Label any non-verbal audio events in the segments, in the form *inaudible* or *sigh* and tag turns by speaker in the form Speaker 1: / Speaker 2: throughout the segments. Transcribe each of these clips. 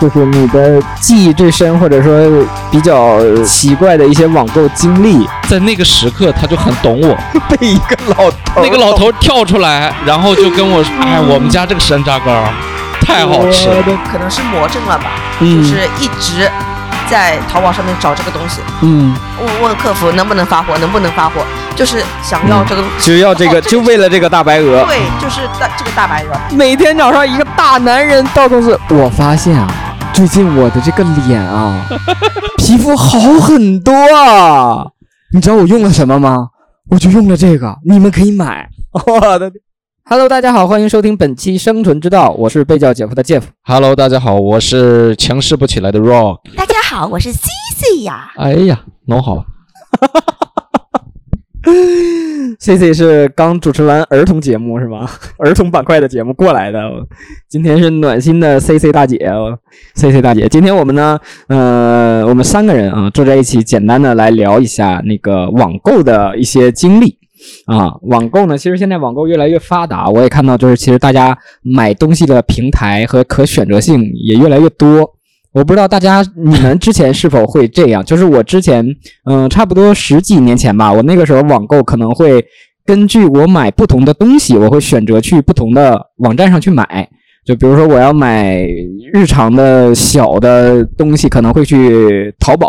Speaker 1: 就是你的记忆最深，或者说比较奇怪的一些网购经 *laughs* 历，
Speaker 2: 在那个时刻他就很懂
Speaker 1: 哦
Speaker 2: 我。
Speaker 1: 被一个老头
Speaker 2: 那个老头跳出来，然后就跟我说：“
Speaker 1: 嗯
Speaker 2: 哎，我们家这个山楂糕太好吃了。
Speaker 3: 可能是魔怔了吧，就
Speaker 1: 嗯
Speaker 3: 是一直在淘宝上面找这个东西，
Speaker 1: 嗯，
Speaker 3: 问问客服能不能发货，能不能发货，就是想要这个东西。
Speaker 1: 就要这 *laughs* 个，
Speaker 3: 哦这个
Speaker 1: 就为了这个大白鹅，
Speaker 3: 对，就是大这个大白鹅，
Speaker 1: 每天早上一个大男人到公司，我发现啊，最近我的这个脸 *laughs* 啊，皮肤好很多啊。你知道我用了什么吗？我就用了这个，你们可以买。 *laughs* 我的天 Hello，大家好，欢迎收听本期《生存之道》，我是被叫姐夫的姐夫。”
Speaker 2: Hello，大家好，我是强势不起来的 Rock。
Speaker 4: 大家好，我是 C C 呀。
Speaker 2: 哎呀，弄好了，
Speaker 1: C C 是刚主持完儿童节目是吗？ *laughs* 儿童板块的节目过来的，今天是暖心的 C C 大姐，C 哦 C 大姐，今天我们呢，呃，我们三个人啊坐在一起，简单的来聊一下那个网购的一些经历。啊，网购呢，其实现在网购越来越发达，我也看到，就是其实大家买东西的平台和可选择性也越来越多。我不知道大家你们之前是否会这样，就是我之前，嗯、差不多十几年前吧，我那个时候网购可能会根据我买不同的东西，我会选择去不同的网站上去买。就比如说我要买日常的小的东西，可能会去淘宝；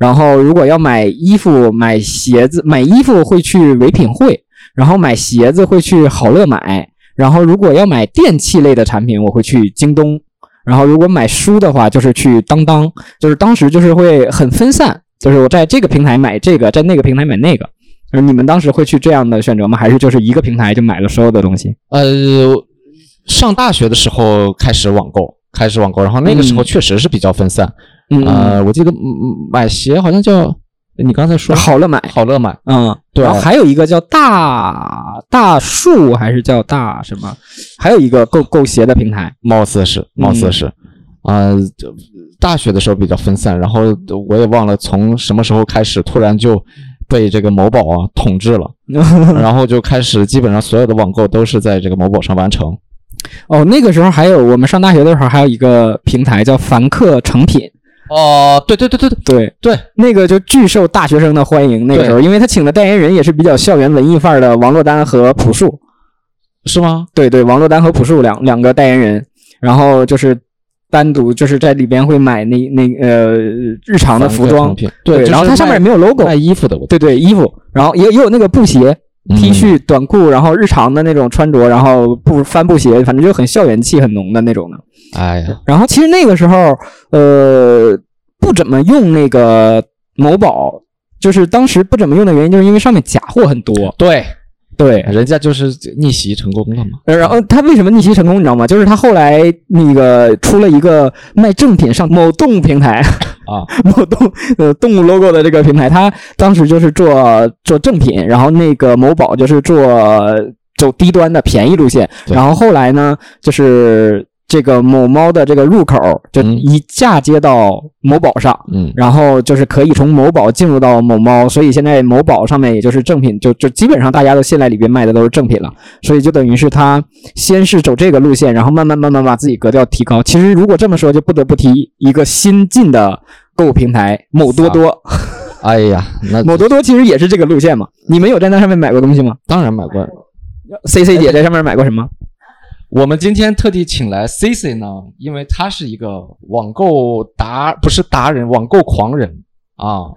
Speaker 1: 然后如果要买衣服、买鞋子、买衣服会去唯品会，然后买鞋子会去好乐买，然后如果要买电器类的产品，我会去京东。然后如果买书的话，就是去当当，就是当时就是会很分散，就是我在这个平台买这个，在那个平台买那个。就是你们当时会去这样的选择吗？还是就是一个平台就买了所有的东西？
Speaker 2: 呃，上大学的时候开始网购，开始网购，然后那个时候
Speaker 1: 嗯
Speaker 2: 确实是比较分散。
Speaker 1: 嗯，
Speaker 2: 呃，我记得嗯买鞋好像叫你刚才说
Speaker 1: 好了买，
Speaker 2: 好乐买，
Speaker 1: 嗯，
Speaker 2: 对
Speaker 1: 然后还有一个叫大大树，还是叫大什么？还有一个购购鞋的平台。
Speaker 2: 貌似是，貌似是。啊、这大学的时候比较分散，然后我也忘了从什么时候开始，突然就被这个某宝啊统治 *laughs* 了，然后就开始基本上所有的网购都是在这个某宝上完成。
Speaker 1: 哦，那个时候还有我们上大学的时候还有一个平台叫凡客诚品，
Speaker 2: 哦，对对对对对，
Speaker 1: 对
Speaker 2: 对，
Speaker 1: 那个就巨受大学生的欢迎。那个时候，因为他请的代言人也是比较校园文艺范儿的王珞丹和朴树。
Speaker 2: 是吗？
Speaker 1: 对对，王珞丹和朴树两两个代言人，然后就是单独就是在里边会买那那呃日常的服装，
Speaker 2: 品，对，
Speaker 1: 然后它上面也没有 logo，
Speaker 2: 有卖衣服的，我嗯
Speaker 1: 对对衣服，然后也也有那个布鞋、T 恤、短裤，然后日常的那种穿着，然后布帆布鞋，反正就很校园气很浓的那种的。
Speaker 2: 嗯哎呀，
Speaker 1: 然后其实那个时候，呃，不怎么用那个某宝，就是当时不怎么用的原因，就是因为上面假货很多。
Speaker 2: 对，
Speaker 1: 对，
Speaker 2: 人家就是逆袭成功了嘛。
Speaker 1: 呃然后他为什么逆袭成功，你知道吗？就是他后来那个出了一个卖正品上某动物平台 *laughs*
Speaker 2: 啊，
Speaker 1: 某动呃动物 logo 的这个平台，他当时就是做做正品，然后那个某宝就是做走低端的便宜路线，
Speaker 2: 对
Speaker 1: 然后后来呢就是。这个某猫的这个入口就
Speaker 2: 嗯
Speaker 1: 一嫁接到某宝上，
Speaker 2: 嗯，
Speaker 1: 然后就是可以从某宝进入到某猫，所以现在某宝上面也就是正品，就就基本上大家都现在里边卖的都是正品了，所以就等于是他先是走这个路线，然后慢慢慢慢把自己格调提高。其实如果这么说，就不得不提一个新进的购物平台某多多，
Speaker 2: 哎呀，那
Speaker 1: 某多多其实也是这个路线嘛。你们有在那上面买过东西吗
Speaker 2: 当然买过。
Speaker 1: ？C C 姐在上面买过什么？
Speaker 2: 我们今天特地请来 C C 呢，因为他是一个网购达，不是达人，网购狂人啊，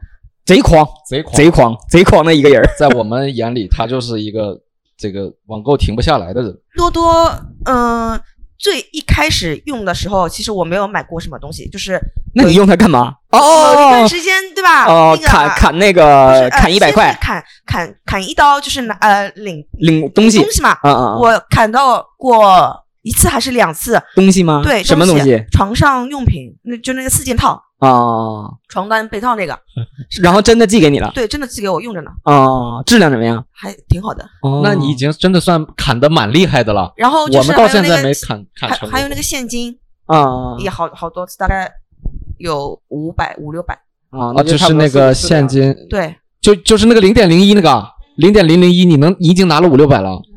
Speaker 1: 贼狂，
Speaker 2: 贼狂。
Speaker 1: 贼狂，贼狂的一个人儿。
Speaker 2: 在我们眼里，他就是一个这个网购停不下来的人。
Speaker 3: 多多，嗯、最一开始用的时候，其实我没有买过什么东西，就是
Speaker 1: 那你用它干嘛？哦
Speaker 3: 有一
Speaker 1: 哦
Speaker 3: 段时间对吧？
Speaker 1: 哦哦，
Speaker 3: 那个
Speaker 1: 砍砍那
Speaker 3: 不是
Speaker 1: 个
Speaker 3: 呃
Speaker 1: 砍一百
Speaker 3: 先是
Speaker 1: 块，
Speaker 3: 砍砍砍一刀，就是拿呃领
Speaker 1: 领东西
Speaker 3: 东西嘛。
Speaker 1: 啊啊！啊
Speaker 3: 我砍到过一次还是两次，
Speaker 1: 东西吗？
Speaker 3: 对，
Speaker 1: 啊什么东西？？
Speaker 3: 床上用品，那就那个四件套，
Speaker 1: 哦，
Speaker 3: 床单、被套那个，
Speaker 1: 然后真的寄给你了
Speaker 3: 对，真的寄给我用着呢，
Speaker 1: 哦，质量怎么样？
Speaker 3: 还挺好的。
Speaker 1: 哦
Speaker 2: 那你已经真的算砍得蛮厉害的了。
Speaker 3: 然哦后就
Speaker 2: 我
Speaker 3: 是
Speaker 2: 们
Speaker 3: 还
Speaker 2: 到
Speaker 3: 有
Speaker 2: 现
Speaker 3: 那
Speaker 2: 在
Speaker 3: 个
Speaker 2: 没砍砍
Speaker 3: 还
Speaker 2: 成功。嗯
Speaker 3: 还有那个现金
Speaker 1: 啊
Speaker 3: 也好好多次，大概有五百五六百，
Speaker 1: 啊
Speaker 2: 啊，就是那个现，金，
Speaker 3: 对，
Speaker 2: 就就是那个零点零一那个零点零零一，你能你已经拿了五六百了。啊
Speaker 1: 差不多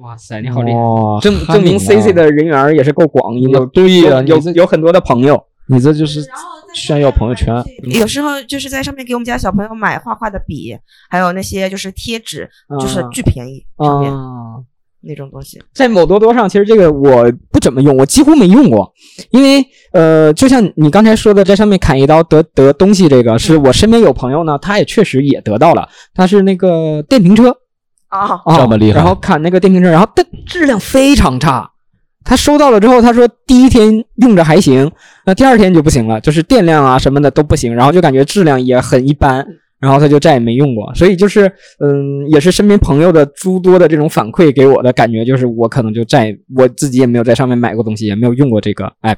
Speaker 1: 哇塞，你好厉害！
Speaker 2: 哇
Speaker 1: 啊证证明 CC，的人缘也是够广，
Speaker 2: 你
Speaker 1: 有
Speaker 2: 对
Speaker 1: 有
Speaker 2: 呀，你
Speaker 1: 有
Speaker 2: 这
Speaker 1: 有很多的朋友。
Speaker 2: 你这就是炫耀朋友圈。嗯
Speaker 3: 有时候就是在上面给我们家小朋友买画画的笔，还有那些就是贴纸，就是
Speaker 2: 嗯
Speaker 3: 巨便宜，上面
Speaker 1: 啊，
Speaker 3: 那种东西。
Speaker 1: 在某多多上，其实这个我不怎么用，我几乎没用过，因为呃，就像你刚才说的，在上面砍一刀得得东西，这个是我身边有朋友呢，他也确实也得到了，他是那个电瓶车
Speaker 3: 啊，
Speaker 1: 啊，
Speaker 2: 这么厉害
Speaker 1: 然后砍那个电瓶车，然后但质量非常差。他收到了之后，他说第一天用着还行，那第二天就不行了，就是电量啊什么的都不行，然后就感觉质量也很一般，然后他就再也没用过。所以就是，嗯，也是身边朋友的诸多的这种反馈给我的感觉，就是我可能就再我自己也没有在上面买过东西，也没有用过这个 app。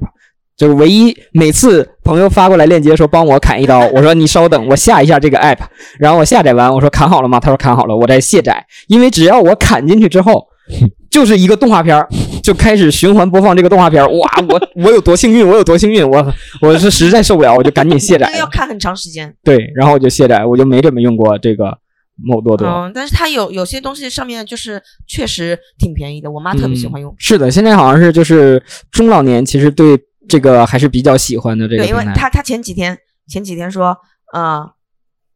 Speaker 1: 就是唯一每次朋友发过来链接说帮我砍一刀，我说你稍等，我下一下这个 app，然后我下载完，我说砍好了吗？他说砍好了，我再卸载。因为只要我砍进去之后，就是一个动画片儿，就开始循环播放这个动画片儿。哇，我我有多幸运，我有多幸运，我我是实在受不了，我就赶紧卸载
Speaker 3: 那个要
Speaker 1: 了。
Speaker 3: 看很长时间。
Speaker 1: 对，然后我就卸载，我就没怎么用过这个某多多。
Speaker 3: 嗯，但是它有有些东西上面就是确实挺便宜的，
Speaker 2: 嗯
Speaker 3: 我妈特别喜欢用。
Speaker 1: 是的，现在好像是就是中老年其实对这个还是比较喜欢的这个
Speaker 3: 对，因
Speaker 1: 平
Speaker 3: 为
Speaker 1: 台。
Speaker 3: 她她前几天前几天说，呃，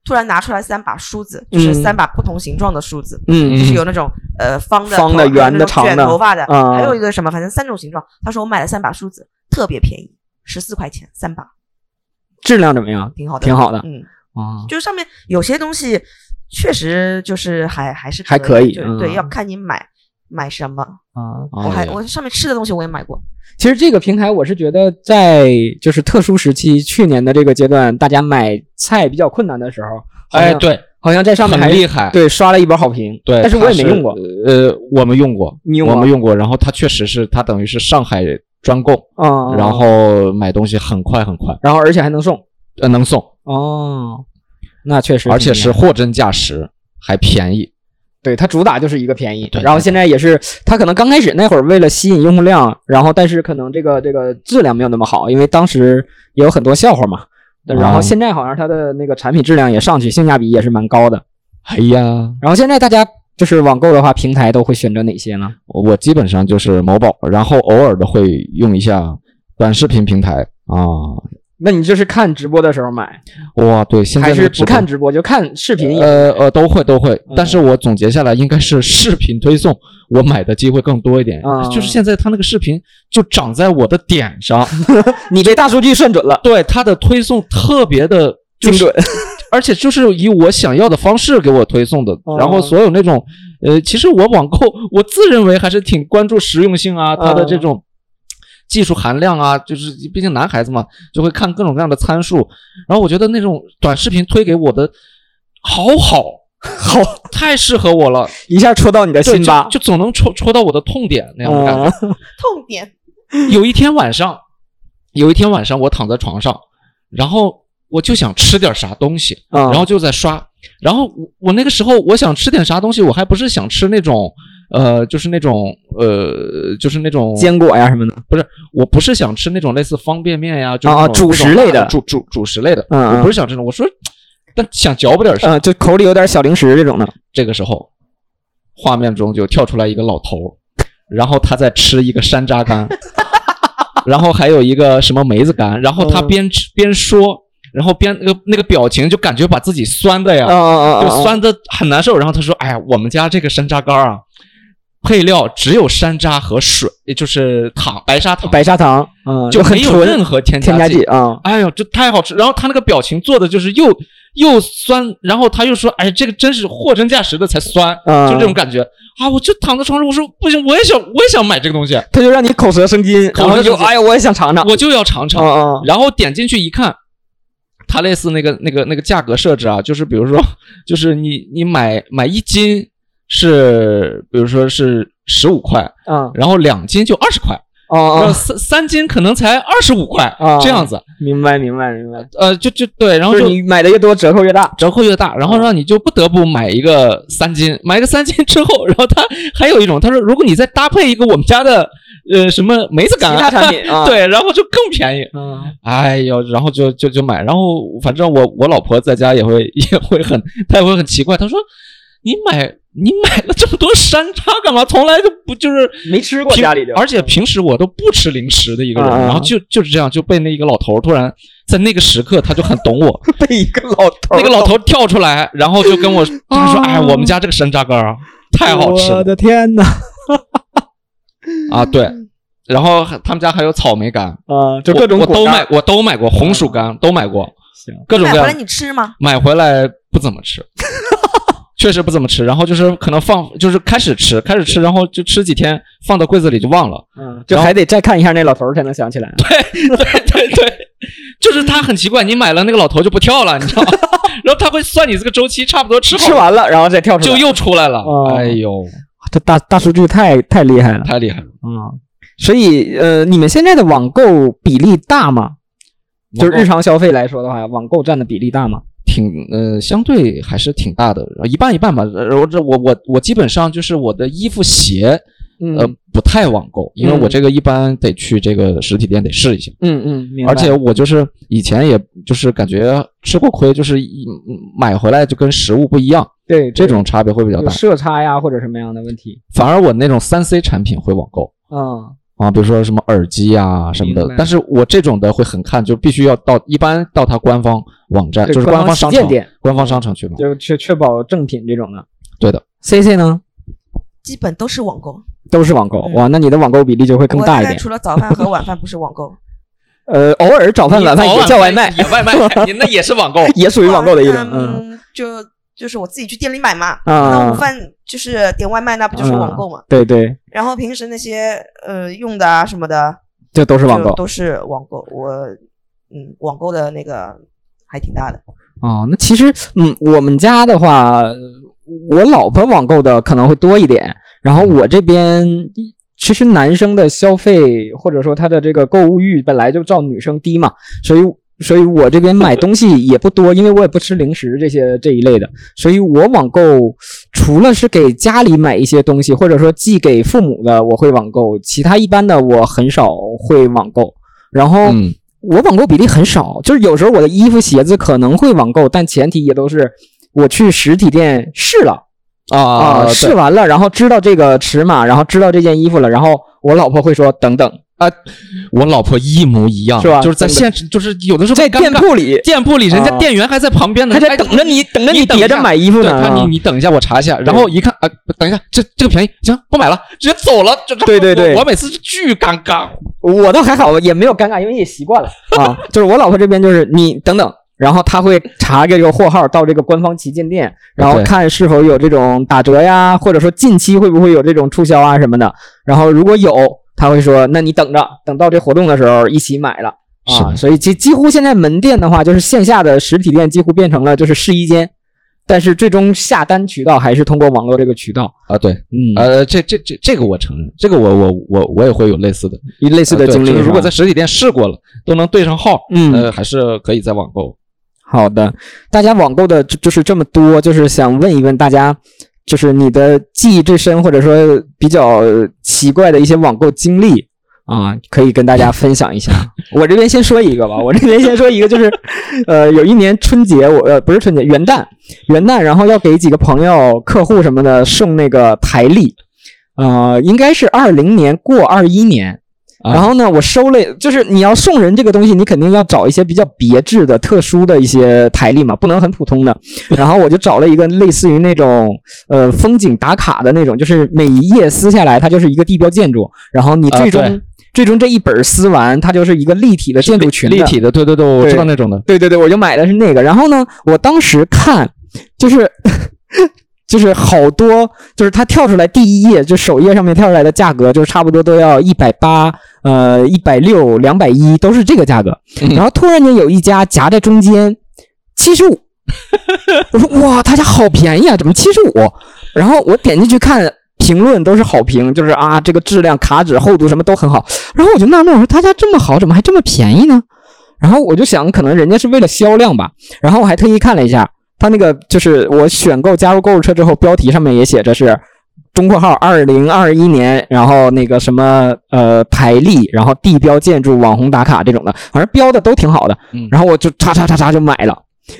Speaker 3: 突然拿出来三把梳子，就是
Speaker 1: 嗯
Speaker 3: 三把不同形状的梳子，
Speaker 1: 嗯
Speaker 3: 就是
Speaker 1: 嗯
Speaker 3: 有那种呃方的、
Speaker 1: 方的
Speaker 3: 头还有
Speaker 1: 圆
Speaker 3: 那
Speaker 1: 的
Speaker 3: 种
Speaker 1: 长
Speaker 3: 卷
Speaker 1: 的
Speaker 3: 头发的，
Speaker 1: 啊
Speaker 3: 还有一个什么，反正三种形状。她说我买了三把梳子，特别便宜，十四块钱三把，
Speaker 1: 质量怎么样？
Speaker 3: 挺好的，
Speaker 1: 挺好的
Speaker 3: 嗯，
Speaker 1: 啊，
Speaker 3: 就是上面有些东西确实就是还还是
Speaker 1: 还可以
Speaker 3: 就
Speaker 1: 嗯
Speaker 3: 对，要看你买买什么。
Speaker 1: 啊，
Speaker 2: 我
Speaker 3: 我还我上面吃的东西我也买过，
Speaker 1: 其实这个平台，我是觉得在就是特殊时期，去年的这个阶段，大家买菜比较困难的时候，好
Speaker 2: 哎
Speaker 1: 像，
Speaker 2: 对，
Speaker 1: 好像在上面还
Speaker 2: 很厉害，
Speaker 1: 对刷了一波好评，
Speaker 2: 对，
Speaker 1: 但是我也
Speaker 2: 它
Speaker 1: 没用过
Speaker 2: 呃，我们用过，
Speaker 1: 你用啊
Speaker 2: 我
Speaker 1: 过
Speaker 2: 们用过，然后它确实是它等于是上海专供，
Speaker 1: 啊，
Speaker 2: 然后买东西很快很快，
Speaker 1: 然后而且还能送
Speaker 2: 呃，能送，
Speaker 1: 哦，那确实挺厉害，
Speaker 2: 而且是货真价实，还便宜。
Speaker 1: 对它主打就是一个便宜
Speaker 2: 对，
Speaker 1: 然后
Speaker 2: 对
Speaker 1: 现在也是它可能刚开始那会儿为了吸引用户量，然后但是可能这个这个质量没有那么好，因为当时也有很多笑话嘛。然后
Speaker 2: 哦
Speaker 1: 现在好像它的那个产品质量也上去，性价比也是蛮高的。
Speaker 2: 哎呀，
Speaker 1: 然后现在大家就是网购的话，平台都会选择哪些呢？
Speaker 2: 我基本上就是某宝，然后偶尔的会用一下短视频平台啊。
Speaker 1: 那你就是看直播的时候买，
Speaker 2: 哇，对，现在
Speaker 1: 还是
Speaker 2: 这个
Speaker 1: 不
Speaker 2: 直播
Speaker 1: 看直播就看视频也？
Speaker 2: 呃呃，都会都会，
Speaker 1: 嗯
Speaker 2: 但是我总结下来应该是视频推送，我买的机会更多一点。
Speaker 1: 啊
Speaker 2: 就是现在它那个视频就长在我的点
Speaker 1: *laughs*
Speaker 2: 上，
Speaker 1: 你被大数据算准了，
Speaker 2: 对它的推送特别的就
Speaker 1: 精
Speaker 2: 是
Speaker 1: 准。
Speaker 2: 而且就是以我想要的方式给我推送的，
Speaker 1: 哦
Speaker 2: 然后所有那种，呃，其实我网购， *laughs* 我自认为还是挺关注实用性啊，它的这种技术含量啊，就是毕竟男孩子嘛，就会看各种各样的参数，然后我觉得那种短视频推给我的，好好。好，太适合我了，
Speaker 1: *laughs* 一下戳到你的
Speaker 2: 对，
Speaker 1: 心吧
Speaker 2: 就。就总能戳戳到我的痛点那样的感觉。
Speaker 1: 嗯
Speaker 3: 痛点。
Speaker 2: 有一天晚上，有一天晚上我躺在床上，然后我就想吃点啥东西，
Speaker 1: 嗯
Speaker 2: 然后就在刷。然后我我那个时候我想吃点啥东西，我还不是想吃那种，呃，就是那种，呃，就是那种，
Speaker 1: 坚果呀什么的，
Speaker 2: 我不是想吃那种类似方便面呀，就
Speaker 1: 啊
Speaker 2: 是那
Speaker 1: 啊
Speaker 2: 种
Speaker 1: 主食类的
Speaker 2: 主主主食类的，
Speaker 1: 嗯嗯
Speaker 2: 我不是想吃那种，我说，但想嚼不点啥。
Speaker 1: 呃，就口里有点小零食这种的。
Speaker 2: 这个时候，画面中就跳出来一个老头儿，然后他在吃一个山
Speaker 1: *laughs*
Speaker 2: 楂干，然后还有一个什么梅子干，然后他
Speaker 1: 嗯
Speaker 2: 边吃边说，然后边那个那个表情就感觉把自己酸的呀，
Speaker 1: 啊啊
Speaker 2: 就
Speaker 1: 啊！
Speaker 2: 酸的很难受。然后他说：“哎呀，我们家这个山楂干啊，配料只有山楂和水，也就是糖白砂糖，
Speaker 1: 白砂糖，嗯，
Speaker 2: 就
Speaker 1: 很
Speaker 2: 没有任
Speaker 1: 纯
Speaker 2: 何添
Speaker 1: 添
Speaker 2: 加
Speaker 1: 加剂啊。
Speaker 2: 哎呦，这太好吃！然后他那个表情做的就是又又酸，然后他又说：“哎，这个真是货真价实的才酸。
Speaker 1: 啊
Speaker 2: 就这种感觉啊！我就躺在床上，我说不行，我也想，我也想买这个东西，
Speaker 1: 它就让你口舌生津，
Speaker 2: 口舌
Speaker 1: 然后就
Speaker 2: 生津
Speaker 1: 哎呀，我也想尝尝。
Speaker 2: 我就要尝尝。
Speaker 1: 啊
Speaker 2: 然后点进去一看，它类似那个那个那个价格设置啊，就是比如说， *laughs* 就是你你买买一斤是，比如说是十五块，
Speaker 1: 啊
Speaker 2: 然后两斤就二十块，
Speaker 1: 啊
Speaker 2: 然后
Speaker 1: 啊！
Speaker 2: 三三斤可能才二十五块、
Speaker 1: 啊
Speaker 2: 这样子。
Speaker 1: 明白明白明白，
Speaker 2: 呃，就就对，然后
Speaker 1: 就
Speaker 2: 就是
Speaker 1: 你买的越多，折扣越大。
Speaker 2: 折扣越大，然后让你就不得不买一个三斤，买个三斤之后，然后他还有一种，他说如果你再搭配一个我们家的呃什么梅子干
Speaker 1: 其他产 *laughs* 品啊
Speaker 2: *laughs* 对，然后就更便宜。
Speaker 1: 嗯，
Speaker 2: 哎呦，然后就就就买，然后 *laughs* 反正我我老婆在家也会也会很，她也会很奇怪，她说你买你买了这么多山楂干嘛？从来就不就是
Speaker 1: 没吃过
Speaker 2: 平
Speaker 1: 家里就嗯
Speaker 2: 而且平时我都不吃零食的一个人，
Speaker 1: 啊
Speaker 2: 然后就就是这样就被那一个老头儿突然在那个时刻他就很懂
Speaker 1: *laughs*
Speaker 2: 我，
Speaker 1: *laughs* 被一个老头
Speaker 2: 那个老头跳出来，然后就
Speaker 1: *laughs*
Speaker 2: 跟我就是说，哎，我们家这个山楂干儿啊太好吃
Speaker 1: 我
Speaker 2: 了
Speaker 1: 的天哪！
Speaker 2: 啊，对。 *laughs* 然后还他们家还有草莓干，
Speaker 1: 啊，就
Speaker 2: 我
Speaker 1: 各种
Speaker 2: 我
Speaker 1: 果
Speaker 2: 都
Speaker 1: 干
Speaker 2: 买，我都买过，红薯干都买过，
Speaker 1: 行
Speaker 2: 各种
Speaker 3: 买
Speaker 2: 各
Speaker 3: 回
Speaker 2: 样
Speaker 3: 来你吃吗？
Speaker 2: 买回来不怎
Speaker 1: *laughs*
Speaker 2: 么吃，确实不怎么吃。然后就是可能放，就是开始吃，开始吃，然后就吃几天，放到柜子里就
Speaker 1: *laughs*
Speaker 2: 忘了。
Speaker 1: 嗯，就还得再看一下那老头儿才能想起来。 *laughs*
Speaker 2: 对对对，就是他很奇怪，你买了那个老头就不跳了，你知
Speaker 1: *laughs*
Speaker 2: 道吗？然后他会算你这个周期，差不多吃好
Speaker 1: 吃完了，然后再跳出
Speaker 2: 就
Speaker 1: 来，
Speaker 2: 又出来了。
Speaker 1: 哦
Speaker 2: 哎呦，
Speaker 1: 这大大数据太太厉害了
Speaker 2: 太厉害了！
Speaker 1: 啊、嗯！所以呃，你们现在的网购比例大吗？就是日常消费来说的话，网购占的比例大吗？
Speaker 2: 挺呃，相对还是挺大的，一半一半吧。呃我这我我我基本上就是我的衣服鞋
Speaker 1: 嗯
Speaker 2: 呃不太网购，因为
Speaker 1: 嗯
Speaker 2: 我这个一般得去这个实体店得试一下。
Speaker 1: 嗯嗯，明白
Speaker 2: 而且我就是以前也就是感觉吃过亏，就是一嗯买回来就跟实物不一样，
Speaker 1: 对
Speaker 2: 这种差别会比较
Speaker 1: 有
Speaker 2: 大。
Speaker 1: 色差呀或者什么样的问题。
Speaker 2: 反而我那种三 C 产品会网购
Speaker 1: 嗯
Speaker 2: 啊，比如说什么耳机啊什么
Speaker 1: 明白
Speaker 2: 的，但是我这种的会很看，就必须要到一般到它官方网站，
Speaker 1: 对
Speaker 2: 就是官
Speaker 1: 官方
Speaker 2: 商
Speaker 1: 旗舰
Speaker 2: 城
Speaker 1: 店、
Speaker 2: 官方商城去买。
Speaker 1: 就确确保正品这种的。
Speaker 2: 对的，
Speaker 1: C C 呢
Speaker 3: 基本都是网购，
Speaker 1: 都是网购
Speaker 3: 嗯
Speaker 1: 哇，那你的网购比例就会更
Speaker 3: 我
Speaker 1: 大
Speaker 3: 大
Speaker 1: 一
Speaker 3: 概
Speaker 1: 点。
Speaker 3: 除了早饭和晚饭不是网购，
Speaker 1: 呃，偶尔早饭晚饭也叫外卖，
Speaker 2: 也外卖， *laughs* 你那也是网购。
Speaker 1: *laughs* 也属于网购的一种。嗯，
Speaker 3: *laughs* 嗯，就就是我自己去店里买嘛。
Speaker 1: 啊
Speaker 3: 那午饭就是点外卖，那不就是网购嘛？
Speaker 1: 对对，
Speaker 3: 然后平时那些呃用的啊什么的，
Speaker 1: 这都是网
Speaker 3: 就
Speaker 1: 购。
Speaker 3: 都是网购。我嗯，网购的那个还挺大的。
Speaker 1: 哦，那其实，嗯，我们家的话，呃我老婆网购的可能会多一点，然后我这边其实男生的消费或者说他的这个购物欲本来就照女生低嘛，所以。所以我这边买东西也不多，因为我也不吃零食这些这一类的，所以我网购除了是给家里买一些东西，或者说寄给父母的，我会网购，其他一般的我很少会网购。然后，
Speaker 2: 嗯，
Speaker 1: 我网购比例很少，就是有时候我的衣服、鞋子可能会网购，但前提也都是我去实体店试了啊、
Speaker 2: 啊，
Speaker 1: 试
Speaker 2: 是
Speaker 1: 完了，然后知道这个尺码，然后知道这件衣服了，然后我老婆会说等等，
Speaker 2: 我老婆一模一样，
Speaker 1: 是吧
Speaker 2: 就是在
Speaker 1: 真的
Speaker 2: 现实，就是有的时候
Speaker 1: 在
Speaker 2: 尴尬
Speaker 1: 店铺里
Speaker 2: 店铺里人家
Speaker 1: 啊
Speaker 2: 店员还在旁边呢，
Speaker 1: 还在
Speaker 2: 哎
Speaker 1: 等着你，等着
Speaker 2: 你等一
Speaker 1: 叠着
Speaker 2: 下
Speaker 1: 买衣服
Speaker 2: 对，
Speaker 1: 呢
Speaker 2: 他
Speaker 1: 啊
Speaker 2: 你你等一下，我查一下，然后一看啊，等一下，这这个便宜，行，不买了，直接走了。就
Speaker 1: 对对对
Speaker 2: 我我每次是巨尴尬。
Speaker 1: 我倒还好，也没有尴尬，因为也习惯了啊。就是我老婆这边就是你等等，然后她会查这个货号到这个官方旗舰店，然后
Speaker 2: 对
Speaker 1: 看是否有这种打折呀，或者说近期会不会有这种促销啊什么的。然后如果有，她会说那你等着，等到这活动的时候一起买了。
Speaker 2: 是
Speaker 1: 啊，
Speaker 2: 的
Speaker 1: 所以几几乎现在门店的话，就是线下的实体店几乎变成了就是试衣间，但是最终下单渠道还是通过网络这个渠道，
Speaker 2: 啊，对，
Speaker 1: 嗯，
Speaker 2: 呃，这这这这个我承认，这个我我我我也会有类似的
Speaker 1: 一类似的
Speaker 2: 啊对
Speaker 1: 经历
Speaker 2: 就是
Speaker 1: 吧。
Speaker 2: 如果在实体店试过了，都能对上号，
Speaker 1: 嗯
Speaker 2: 呃，还是可以在网购。
Speaker 1: 好的，大家网购的就就是这么多，就是想问一问大家，就是你的记忆之深，或者说比较奇怪的一些网购经历啊，可以跟大家分享一下。我这边先说一个吧，我这边先说一个，就是，呃，有一年春节，我呃不是春节，元旦，元旦，然后要给几个朋友、客户什么的送那个台历，呃，应该是二零年过二一年，
Speaker 2: 啊
Speaker 1: 然后呢，我收了，就是你要送人这个东西，你肯定要找一些比较别致的、特殊的一些台历嘛，不能很普通的。然后我就找了一个类似于那种呃风景打卡的那种，就是每一页撕下来，它就是一个地标建筑，然后你
Speaker 2: 啊
Speaker 1: 最终、
Speaker 2: 对
Speaker 1: 最终这一本撕完，它就是一个立体的建筑群的
Speaker 2: 立体的，对对对，我
Speaker 1: 对
Speaker 2: 知道那种的。
Speaker 1: 对对对，我就买的是那个。然后呢，我当时看，就是 *laughs* 就是好多，就是它跳出来第一页，就首页上面跳出来的价格，就是差不多都要一百八，呃，一百六、两百一，都是这个价格。
Speaker 2: 嗯
Speaker 1: 然后突然间有一家夹在中间，七十五。我说哇，他家好便宜啊，怎么七十五？然后我点进去看评论，都是好评，就是啊，这个质量、卡纸、厚度什么都很好。然后我就纳闷，我说他家这么好，怎么还这么便宜呢？然后我就想，可能人家是为了销量吧。然后我还特意看了一下，他那个就是我选购加入购物车之后，标题上面也写着是中括号二零二一年，然后那个什么呃台历，然后地标建筑、网红打卡这种的，反正标的都挺好的
Speaker 2: 嗯。
Speaker 1: 然后我就叉叉叉叉就买了，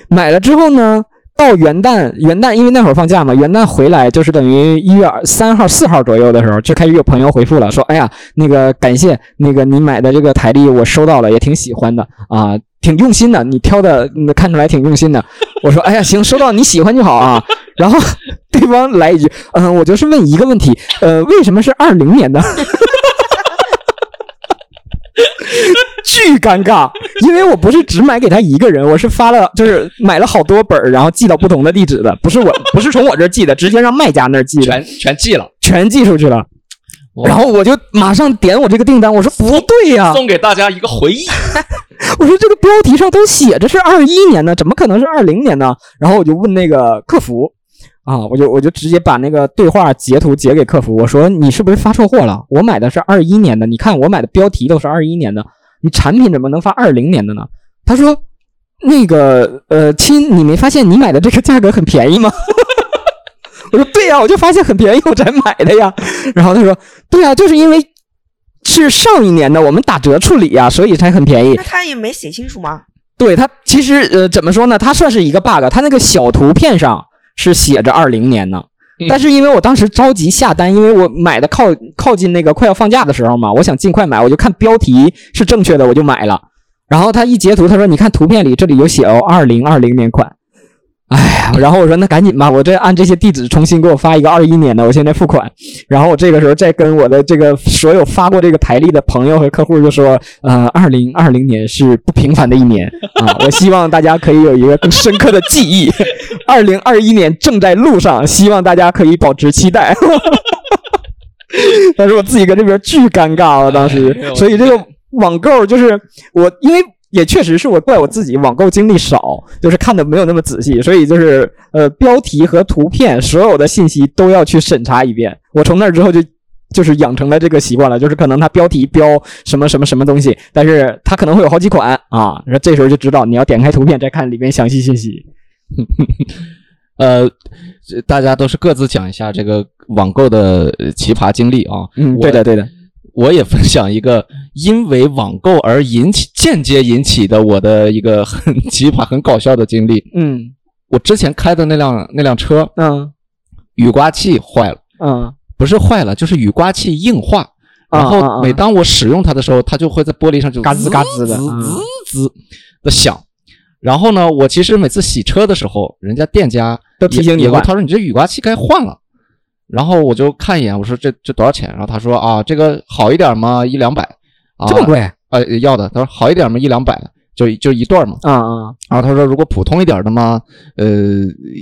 Speaker 1: 买了之后呢，到元旦，元旦因为那会儿放假嘛，元旦回来就是等于一月三号、四号左右的时候，就开始有朋友回复了，说：“哎呀，那个感谢那个你买的这个台历，我收到了，也挺喜欢的啊、挺用心的，你挑的嗯看出来挺用心的。” *laughs* 我说：“哎呀，行，收到，你喜欢就好啊。” *laughs* 然后对方来一句：“嗯、我就是问一个问题，呃，为什么是二零年的？” *laughs* 巨尴尬，因为我不是只买给他一个人，我是发了，就是买了好多本儿，然后寄到不同的地址的，不是我，不是从我这儿寄的，直接让卖家那儿寄的，
Speaker 2: 全全寄了，
Speaker 1: 全寄出去了。
Speaker 2: 哇
Speaker 1: 然后我就马上点我这个订单，我说不对呀、
Speaker 2: 送给大家一个回 *laughs* 忆。
Speaker 1: 我说这个标题上都写着是二一年呢，怎么可能是二零年呢？然后我就问那个客服啊，我就我就直接把那个对话截图截给客服，我说你是不是发错货了？我买的是二一年的，你看我买的标题都是二一年的，你产品怎么能发二零年的呢？他说那个呃，亲，你没发现你买的这个价格很便宜吗？ *laughs* 我说对呀、我就发现很便宜，我才买的呀。然后他说对呀、就是因为是上一年的，我们打折处理呀、所以才很便宜。
Speaker 3: 那他也没写清楚吗？
Speaker 1: 对它其实呃怎么说呢？它算是一个 bug，它那个小图片上是写着二零年呢
Speaker 2: 嗯。
Speaker 1: 但是因为我当时着急下单，因为我买的靠靠近那个快要放假的时候嘛，我想尽快买，我就看标题是正确的，我就买了。然后他一截图，他说：“你看图片里这里有写哦，二零二零年款。”哎呀，然后我说那赶紧吧，我这按这些地址重新给我发一个二一年的，我现在付款。然后我这个时候再跟我的这个所有发过这个台历的朋友和客户就说，呃，二零二零年是不平凡的一年啊，我希望大家可以有一个更深刻的记忆。 *laughs* 二零二一年正在路上，希望大家可以保持期待。 *laughs* 但是我自己搁这边巨尴尬啊，当时
Speaker 2: 哎呦，
Speaker 1: 所以这个网购就是我，因为也确实是我怪我自己网购经历少，就是看的没有那么仔细，所以就是呃标题和图片所有的信息都要去审查一遍。我从那儿之后就就是养成了这个习惯了，就是可能它标题标什么什么什么东西，但是它可能会有好几款啊，然后这时候就知道你要点开图片再看里面详细信息。
Speaker 2: 呃，这大家都是各自讲一下这个网购的呃奇葩经历啊。
Speaker 1: 嗯，
Speaker 2: 我
Speaker 1: 对的，对的。
Speaker 2: 我也分享一个因为网购而引起间接引起的我的一个很奇葩、很搞笑的经历。
Speaker 1: 嗯
Speaker 2: 我之前开的那辆那辆车
Speaker 1: 嗯
Speaker 2: 雨刮器坏了，
Speaker 1: 嗯
Speaker 2: 不是坏了，就是雨刮器硬化。
Speaker 1: 啊
Speaker 2: 然
Speaker 1: 啊啊
Speaker 2: 后每当我使用它的时候，它就会在玻璃上就
Speaker 1: 嘎吱嘎吱的
Speaker 2: 滋
Speaker 1: 嗯
Speaker 2: 滋滋的响。然后呢，我其实每次洗车的时候，人家店家
Speaker 1: 都提醒你
Speaker 2: 也会
Speaker 1: 换
Speaker 2: 他说你这雨刮器该换了。然后我就看一眼，我说这这多少钱？然后他说啊，这个好一点吗？一两百。啊，
Speaker 1: 这么贵？
Speaker 2: 呃，要的。他说好一点吗？一两百，就就一对儿嘛。
Speaker 1: 啊啊
Speaker 2: 然后他说如果普通一点的嘛，呃，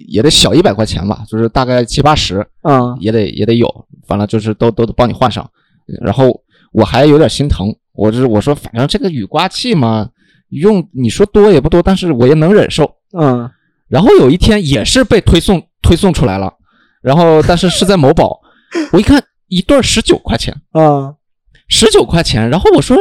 Speaker 2: 也得小一百块钱吧，就是大概七八十，
Speaker 1: 啊！
Speaker 2: 也得也得有，反正就是都都得帮你换上。然后我还有点心疼，我就是我说反正这个雨刮器嘛，用你说多也不多，但是我也能忍受。
Speaker 1: 嗯
Speaker 2: 然后有一天也是被推送推送出来了，然后但是是在某宝， *laughs* 我一看一对十九块钱，
Speaker 1: 嗯
Speaker 2: 十九块钱，然后我说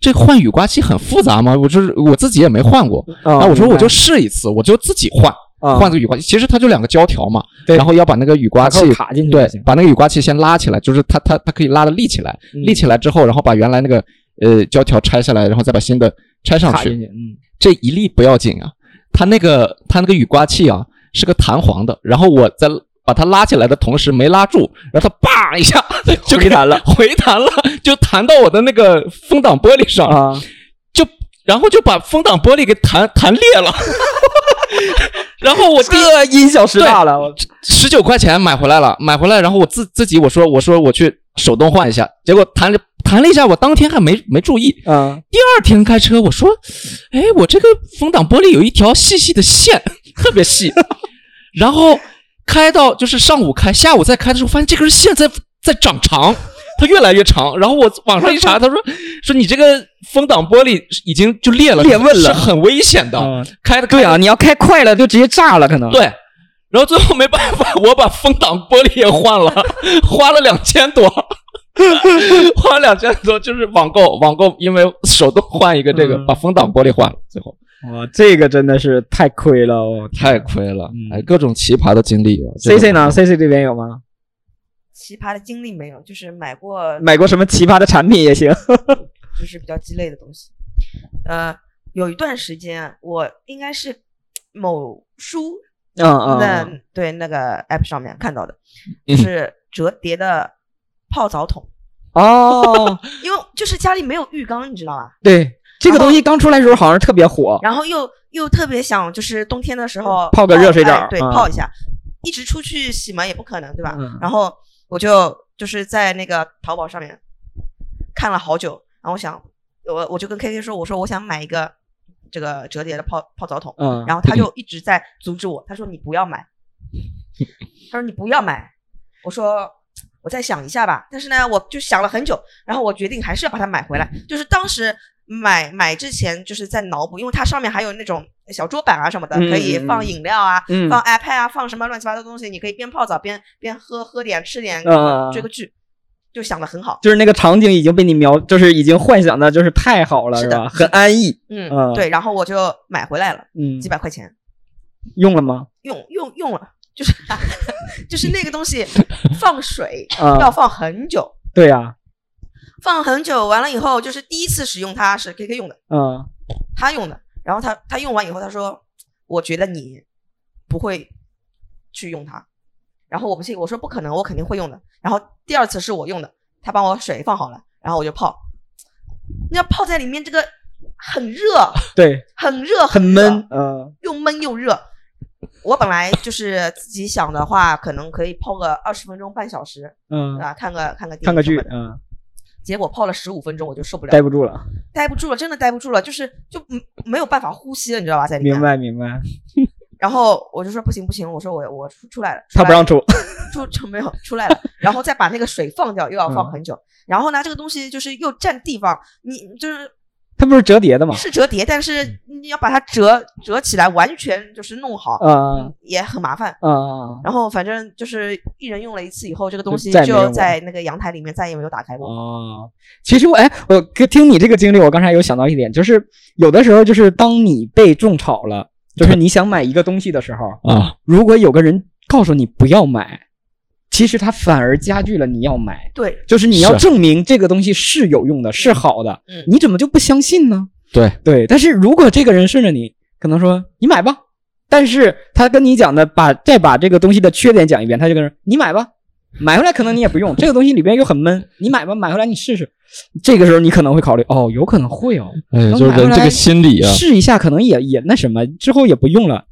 Speaker 2: 这换雨刮器很复杂吗？我就是我自己也没换过，
Speaker 1: 嗯，
Speaker 2: 啊那我说
Speaker 1: 明白
Speaker 2: 我就试一次，我就自己换
Speaker 1: 嗯
Speaker 2: 换这个雨刮器，其实它就两个胶条嘛，
Speaker 1: 对
Speaker 2: 然后要把那个雨刮
Speaker 1: 把
Speaker 2: 器
Speaker 1: 扣卡进去
Speaker 2: 对
Speaker 1: 就行，
Speaker 2: 把那个雨刮器先拉起来，就是它它它可以拉的立起来，
Speaker 1: 嗯
Speaker 2: 立起来之后，然后把原来那个呃胶条拆下来，然后再把新的拆上
Speaker 1: 卡
Speaker 2: 去
Speaker 1: 进，去，嗯
Speaker 2: 这一粒不要紧啊，它那个它那个雨刮器啊是个弹簧的，然后我在把它拉起来的同时没拉住，然后它叭一下 *laughs* 就给弹了，回弹了，就弹到我的那个风挡玻璃上，
Speaker 1: 啊，
Speaker 2: 就然后就把风挡玻璃给弹弹裂了。 *laughs* 然后我第
Speaker 1: 这音效失大了，我
Speaker 2: 十九块钱买回来了，买回来，然后我自自己我说我说我去手动换一下，结果弹了弹了一下，我当天还没没注意，
Speaker 1: 嗯
Speaker 2: 第二天开车，我说，哎，我这个风挡玻璃有一条细细的线， *laughs* 特别细。然后开到就是上午开，下午再开的时候，发现这根线在在长长，它越来越长。然后我网上一
Speaker 1: *laughs*
Speaker 2: 查，他说说你这个风挡玻璃已经就裂了，
Speaker 1: 裂纹了
Speaker 2: 是很危险的。
Speaker 1: 嗯
Speaker 2: 开的
Speaker 1: 对啊，你要开快了就直接炸了，可能
Speaker 2: 对。然后最后没办法，我把风挡玻璃也换了，花了两千多， *laughs* 花了两千多，就是网购网购，因为手动换一个这个，
Speaker 1: 嗯
Speaker 2: 把风挡玻璃换了，最后
Speaker 1: 哇，这个真的是太亏了，我
Speaker 2: 太亏了，
Speaker 1: 嗯
Speaker 2: 哎，各种奇葩的经历啊。这
Speaker 1: C
Speaker 2: 个
Speaker 1: C 呢？C C 这边有吗？
Speaker 3: 奇葩的经历没有，就是买过
Speaker 1: 买过什么奇葩的产品也行。
Speaker 3: 就是比较鸡肋的东西。啊呃，有一段时间我应该是某书
Speaker 1: 嗯嗯
Speaker 3: 那
Speaker 1: 嗯
Speaker 3: 对那个 app 上面看到的，就是折叠的泡澡桶，
Speaker 1: 哦，
Speaker 3: 因为就是家里没有浴缸，你知道吧？
Speaker 1: 对，这个东西刚出来的时候好像是特别火，
Speaker 3: 然后又又特别想，就是冬天的时候
Speaker 1: 泡个热水澡
Speaker 3: 哎对，
Speaker 1: 嗯
Speaker 3: 泡一下。一直出去洗嘛也不可能，对吧？
Speaker 1: 嗯
Speaker 3: 然后我就就是在那个淘宝上面看了好久，然后我想，我我就跟 K K 说，我说我想买一个这个折叠的泡泡澡桶，
Speaker 1: 嗯，
Speaker 3: 然后他就一直在阻止我，他说你不
Speaker 1: *laughs*
Speaker 3: 要买，他说你不要买，我说我再想一下吧，但是呢，我就想了很久，然后我决定还是要把它买回来，就是当时。买买之前就是在脑补，因为它上面还有那种小桌板啊什么的，
Speaker 1: 嗯
Speaker 3: 可以
Speaker 1: 嗯
Speaker 3: 放
Speaker 1: 嗯
Speaker 3: 饮料啊，
Speaker 1: 嗯
Speaker 3: 放 iPad 啊，放什么乱七八糟东西，你可以边泡澡边边喝喝点吃点，
Speaker 1: 嗯嗯
Speaker 3: 追个剧，就想的很好。
Speaker 1: 就是那个场景已经被你描，就是已经幻想的，就是太好了，
Speaker 3: 是
Speaker 1: 是
Speaker 3: 的
Speaker 1: 吧？很安逸，
Speaker 3: 嗯，
Speaker 1: 嗯
Speaker 3: 对，然后我就买回来了，
Speaker 1: 嗯
Speaker 3: 几，百块钱，
Speaker 1: 用了吗？
Speaker 3: 用用用了，就是 *laughs* 就是那个东西放水
Speaker 1: 啊
Speaker 3: 要放很久，
Speaker 1: 对啊呀，
Speaker 3: 放很久完了以后，就是第一次使用它是 K K 用的，
Speaker 1: 嗯，
Speaker 3: 他用的，然后他他用完以后他说，我觉得你不会去用它，然后我不信，我说不可能，我肯定会用的。然后第二次是我用的，他帮我水放好了，然后我就泡，你要泡在里面这个很热，
Speaker 1: 对，
Speaker 3: 很热，
Speaker 1: 很
Speaker 3: 热
Speaker 1: 闷，嗯
Speaker 3: 又闷又热。我本来就是自己想的话，可能可以泡个二十分钟、半小时
Speaker 1: 嗯，
Speaker 3: 啊，看个看个电
Speaker 1: 看个
Speaker 3: 影什
Speaker 1: 剧
Speaker 3: 么，的。
Speaker 1: 嗯，
Speaker 3: 结果泡了十五分钟，我就受不了，
Speaker 1: 待不住了，
Speaker 3: 待不住了，真的待不住了，就是就嗯没有办法呼吸了，你知道吧？在里面。
Speaker 1: 明。白明白，
Speaker 3: 然后我就说不行不行，我说我我出出来了，出
Speaker 1: 他
Speaker 3: 来
Speaker 1: 不
Speaker 3: 了
Speaker 1: 让 *laughs* 出，
Speaker 3: 出出没有出来了，然后再把那个水放掉，又要
Speaker 1: 嗯
Speaker 3: 放很久。然后呢，这个东西就是又占地方，你就是
Speaker 1: 他不是折叠的吗？嗯
Speaker 3: 是折叠，但是你要把它折折起来，完全就是弄好，
Speaker 1: 啊
Speaker 3: 也很麻烦。
Speaker 1: 啊啊
Speaker 3: 然后反正就是一人用了一次以后，这个东西
Speaker 1: 再也没用
Speaker 3: 就
Speaker 1: 过
Speaker 3: 在那个阳台里面再也没有打开过。
Speaker 1: 哦，其实我哎，我跟听你这个经历，我刚才有想到一点，就是有的时候就是当你被种草了，就是你想买一个东西的时候，
Speaker 2: 啊，
Speaker 1: 如果有个人告诉你不要买，其实他反而加剧了你要买。
Speaker 3: 对，
Speaker 1: 就是你要
Speaker 2: 是
Speaker 1: 证明这个东西是有用的，是好的，
Speaker 3: 嗯
Speaker 1: 你怎么就不相信呢？
Speaker 2: 对
Speaker 1: 对，但是如果这个人顺着你，可能说你买吧，但是他跟你讲的把再把这个东西的缺点讲一遍，他就跟人说你买吧，买回来可能你也不用，这个东西里边又很闷，你买吧，买回来你试试。这个时候你可能会考虑，哦，有可能会哦，
Speaker 2: 哎，
Speaker 1: 刚
Speaker 2: 就是
Speaker 1: 买回
Speaker 2: 人这
Speaker 1: 来
Speaker 2: 个心理啊，
Speaker 1: 试一下可能也也那什么，之后也不用了。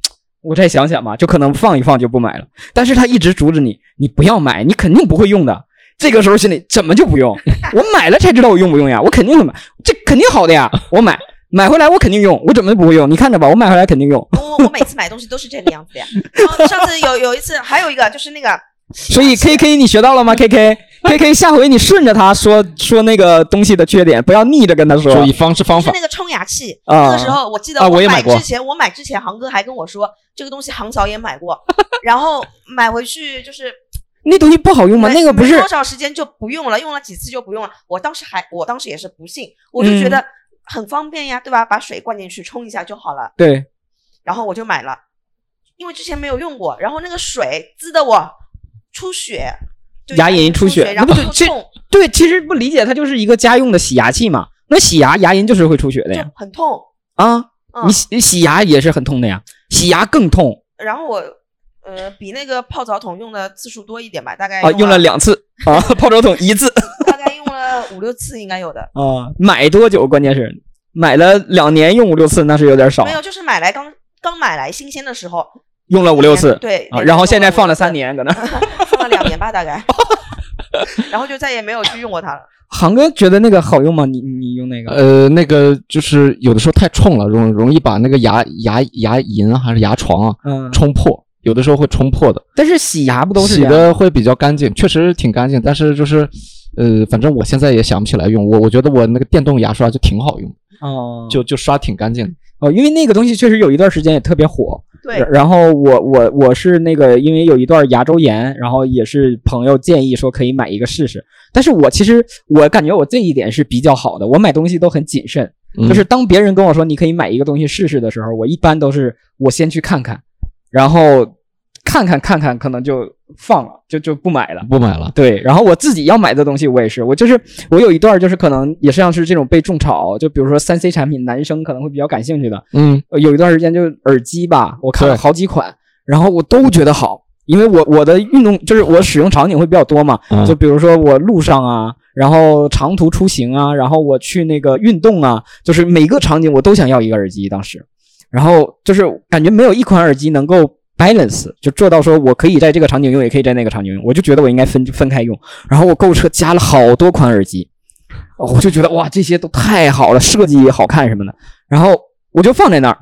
Speaker 1: 我再想想吧，就可能放一放就不买了。但是他一直阻止你，你不要买，你肯定不会用的。这个时候心里怎么就不用？ *laughs* 我买了才知道我用不用呀，我肯定会买，这肯定好的呀，我买买回来我肯定用，我怎么不会用？你看着吧，我买回来肯定用。
Speaker 3: 我我每次买东西都是这个样子的
Speaker 1: *laughs*
Speaker 3: 呀。然后上次有有一次，还有一个就是那个
Speaker 1: 所
Speaker 2: *laughs*
Speaker 1: 以 K K 你学到了吗？K K K K 下回你顺着他说说那个东西的缺点，不要逆着跟他说
Speaker 2: 注意方式方
Speaker 3: 是
Speaker 2: 法
Speaker 3: 那个冲牙器，
Speaker 1: 啊
Speaker 3: 那个时候我记得
Speaker 2: 啊我也
Speaker 3: 买
Speaker 2: 买过
Speaker 3: 之前，我买之前航哥还跟我说这个东西航嫂也买过，然后买回去就是
Speaker 1: 那东西不好用吗？
Speaker 3: 没
Speaker 1: 那个不
Speaker 3: 没
Speaker 1: 是
Speaker 3: 多少时间就不用了，用了几次就不用了。我当时还我当时也是不信，我就觉
Speaker 1: 嗯
Speaker 3: 得很方便呀，对吧？把水灌进去冲一下就好了，
Speaker 1: 对，
Speaker 3: 然后我就买了，因为之前没有用过，然后那个水滋的我出血。就
Speaker 1: 牙龈出
Speaker 3: 出
Speaker 1: 血
Speaker 3: 然
Speaker 1: 那
Speaker 3: 后
Speaker 1: 不
Speaker 3: 又
Speaker 1: 就这
Speaker 3: 痛，
Speaker 1: 对，其实不理解，它就是一个家用的洗牙器嘛。那洗牙牙龈就是会出血的
Speaker 3: 就
Speaker 1: 呀，
Speaker 3: 很痛。
Speaker 1: 啊，
Speaker 3: 嗯
Speaker 1: 你，洗你洗牙也是很痛的呀，洗牙更痛
Speaker 3: 然后我呃比那个泡澡桶用的次数多一点吧，大概
Speaker 1: 啊，用了
Speaker 3: 了
Speaker 1: 两次啊， *laughs* 泡澡桶一次
Speaker 3: 大概用了五六次应该有的，
Speaker 1: 啊，买多久？关键是买了两年用五六次，那是有点少
Speaker 3: 没，有，就是买来刚刚买来新鲜的时候
Speaker 1: 用了五六次
Speaker 3: 对
Speaker 1: 啊，然后现在放了三，年，搁那。
Speaker 3: *laughs* 放了两年吧大
Speaker 1: *laughs*
Speaker 3: 概，然后就再也没有去用过它了。
Speaker 1: 航哥觉得那个好用吗？你你用那个？
Speaker 2: 呃，那个就是有的时候太冲了，容容易把那个牙牙牙龈啊还是牙床啊
Speaker 1: 嗯，
Speaker 2: 冲破，有的时候会冲破的。
Speaker 1: 但是洗牙不都是这
Speaker 2: 洗
Speaker 1: 样
Speaker 2: 的会比较干净，确实挺干净，但是就是。呃，反正我现在也想不起来用我，我觉得我那个电动牙刷就挺好用，
Speaker 1: 哦
Speaker 2: 就就刷挺干净的。
Speaker 1: 哦，因为那个东西确实有一段时间也特别火，
Speaker 3: 对
Speaker 1: 然，然后我我我是那个，因为有一段牙周炎，然后也是朋友建议说可以买一个试试。但是我其实我感觉我这一点是比较好的，我买东西都很谨慎。
Speaker 2: 嗯
Speaker 1: 就是当别人跟我说你可以买一个东西试试的时候，我一般都是我先去看看，然后看看看看，可能就放了，就就不买了。
Speaker 2: 嗯不买了，
Speaker 1: 对，然后我自己要买的东西，我也是，我就是我有一段就是可能也是像是这种被种草，就比如说三 C 产品，男生可能会比较感兴趣的，
Speaker 2: 嗯，
Speaker 1: 呃有一段时间就耳机吧，我看了
Speaker 2: 对
Speaker 1: 好几款，然后我都觉得好，因为我我的运动就是我使用场景会比较多嘛，
Speaker 2: 嗯
Speaker 1: 就比如说我路上啊，然后长途出行啊，然后我去那个运动啊，就是每个场景我都想要一个耳机当时，然后就是感觉没有一款耳机能够 balance 就做到说我可以在这个场景用，也可以在那个场景用，我就觉得我应该分分开用，然后我购物车加了好多款耳机，哦我就觉得哇这些都太好了，设计也好看什么的，然后我就放在那儿。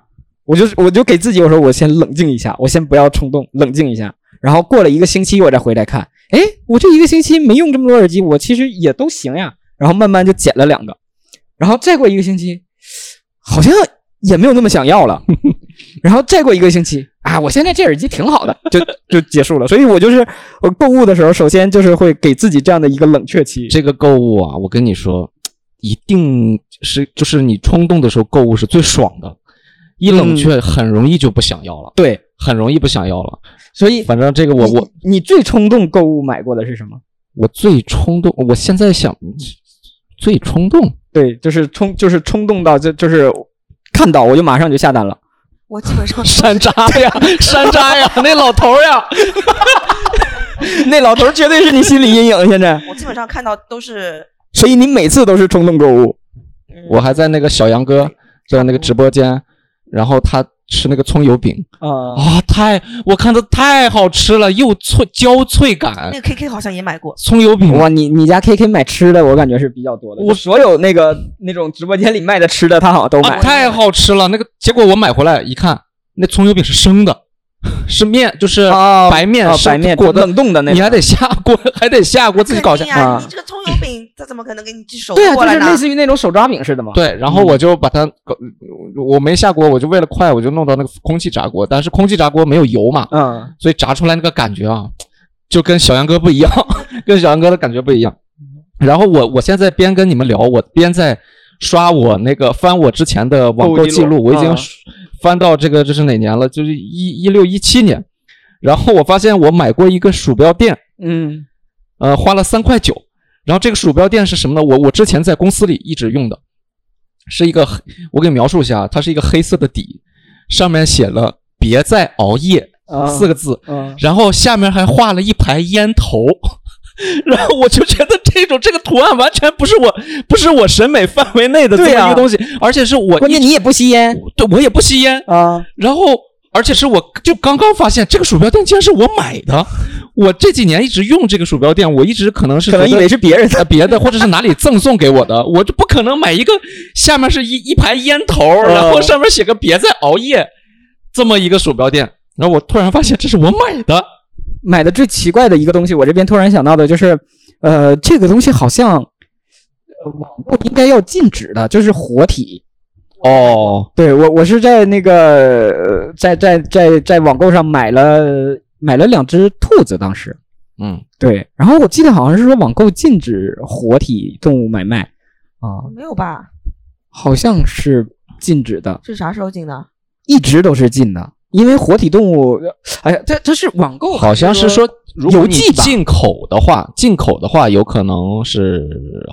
Speaker 1: 我就我就给自己我说我先冷静一下，我先不要冲动，冷静一下。然后过了一个星期，我再回来看，哎，我这一个星期没用这么多耳机，我其实也都行呀。然后慢慢就减了两个，然后再过一个星期，好像也没有那么想要
Speaker 2: *laughs*
Speaker 1: 了。然后再过一个星期，啊，我现在这耳机挺好的，就就结束了。所以我就是我购物的时候，首先就是会给自己这样的一个冷却期。
Speaker 2: 这个购物啊，我跟你说，一定是就是你冲动的时候购物是最爽的，一冷却很容易就不想要了，
Speaker 1: 对，
Speaker 2: 很容易不想要了。
Speaker 1: 所以
Speaker 2: 反正这个我我
Speaker 1: 嗯你你最冲动购物买过的是什么？
Speaker 2: 我最冲动，我现在想最冲动，
Speaker 1: 对，就是冲，就是冲动到就就是看到我就马上就下单了。
Speaker 4: 我基本上
Speaker 2: 山楂呀，山楂哎呀，那老头儿呀，
Speaker 1: *laughs* 那老头儿绝对是你心理阴影，现在，
Speaker 3: 我基本上看到都是，
Speaker 1: 所以你每次都是冲动购物。
Speaker 3: 嗯、
Speaker 2: 我还在那个小杨哥在那个直播间，然后他吃那个葱油饼
Speaker 1: 啊
Speaker 3: 嗯
Speaker 2: 啊、太我看他太好吃了，又脆焦脆感，
Speaker 3: 那个 KK 好像也买过，
Speaker 2: 葱油饼啊
Speaker 1: 哇，你你家 KK 买吃的，我感觉是比较多的。
Speaker 2: 我
Speaker 1: 所有那个那种直播间里卖的吃的，他好像都买
Speaker 2: 啊，。太好吃了。那个结果我买回来一看，那葱油饼是生的， *laughs* 是面，就是
Speaker 1: 哦
Speaker 2: 白面，
Speaker 1: 哦
Speaker 2: 是
Speaker 1: 白面
Speaker 2: 裹的，
Speaker 1: 冷冻的那
Speaker 2: 你
Speaker 1: 种。
Speaker 2: 还得下锅， *laughs* 还得下锅自己搞一
Speaker 3: 肯
Speaker 2: 下。
Speaker 3: 定呀、
Speaker 1: 啊
Speaker 3: 你这个葱油
Speaker 1: *laughs*
Speaker 3: 饼，他怎么可能给你手
Speaker 1: 对啊，
Speaker 3: 过
Speaker 1: 就
Speaker 3: 来
Speaker 1: 是
Speaker 3: 呢？
Speaker 1: 类似于那种手抓饼似的嘛。
Speaker 2: 对，然后我就把它搞，我没下锅，我就为了快，我就弄到那个空气炸锅，但是空气炸锅没有油嘛，
Speaker 1: 嗯，
Speaker 2: 所以炸出来那个感觉啊，就跟小杨哥不一样， *laughs* 跟小杨哥的感觉不一样。然后我我现在边跟你们聊，我边在刷我那个翻我之前的网
Speaker 1: 购
Speaker 2: 购
Speaker 1: 物记
Speaker 2: 记
Speaker 1: 录
Speaker 2: 录，我已经
Speaker 1: 啊
Speaker 2: 翻到这个这是哪年了？就是一一六一七年。然后我发现我买过一个鼠标垫，
Speaker 1: 嗯
Speaker 2: 呃，花了三块九。然后这个鼠标垫是什么呢？我我之前在公司里一直用的，是一个黑，我给你描述一下，啊它是一个黑色的底，上面写了“别再熬夜”
Speaker 1: 啊
Speaker 2: 四个字，
Speaker 1: 嗯，
Speaker 2: 然后下面还画了一排烟头， *laughs* 然后我就觉得这种这个图案完全不是我不是我审美范围内的这么
Speaker 1: 对啊
Speaker 2: 一个东西，而且是我
Speaker 1: 关键
Speaker 2: 一
Speaker 1: 你也不吸烟
Speaker 2: 对我也不吸烟，
Speaker 1: 啊。
Speaker 2: 然后而且是我就刚刚发现这个鼠标垫竟然是我买的，我这几年一直用这个鼠标垫，我一直可能是
Speaker 1: 可能
Speaker 2: 觉
Speaker 1: 以
Speaker 2: 得
Speaker 1: 为是别人的
Speaker 2: 呃别的或者是哪里赠送给我的，我就不可能买一个下面是一一排烟
Speaker 1: 哦
Speaker 2: 头，然后上面写个别再熬夜这么一个鼠标垫，然后我突然发现这是我买的。
Speaker 1: 买的最奇怪的一个东西，我这边突然想到的就是，呃，这个东西好像呃网络应该要禁止的，就是活体。
Speaker 2: 哦，
Speaker 1: 对我，我是在那个呃在在在在网购上买了买了两只兔子，当时
Speaker 2: 嗯，
Speaker 1: 对，然后我记得好像是说网购禁止活体动物买卖啊，
Speaker 3: 没有吧？
Speaker 1: 好像是禁止的，
Speaker 3: 是啥时候进的？
Speaker 1: 一直都是禁的，因为活体动物，呃哎呀，这这是网购
Speaker 2: 好像是说，如果
Speaker 1: 邮
Speaker 2: 你
Speaker 1: 寄吧
Speaker 2: 进口的话，进口的话有可能是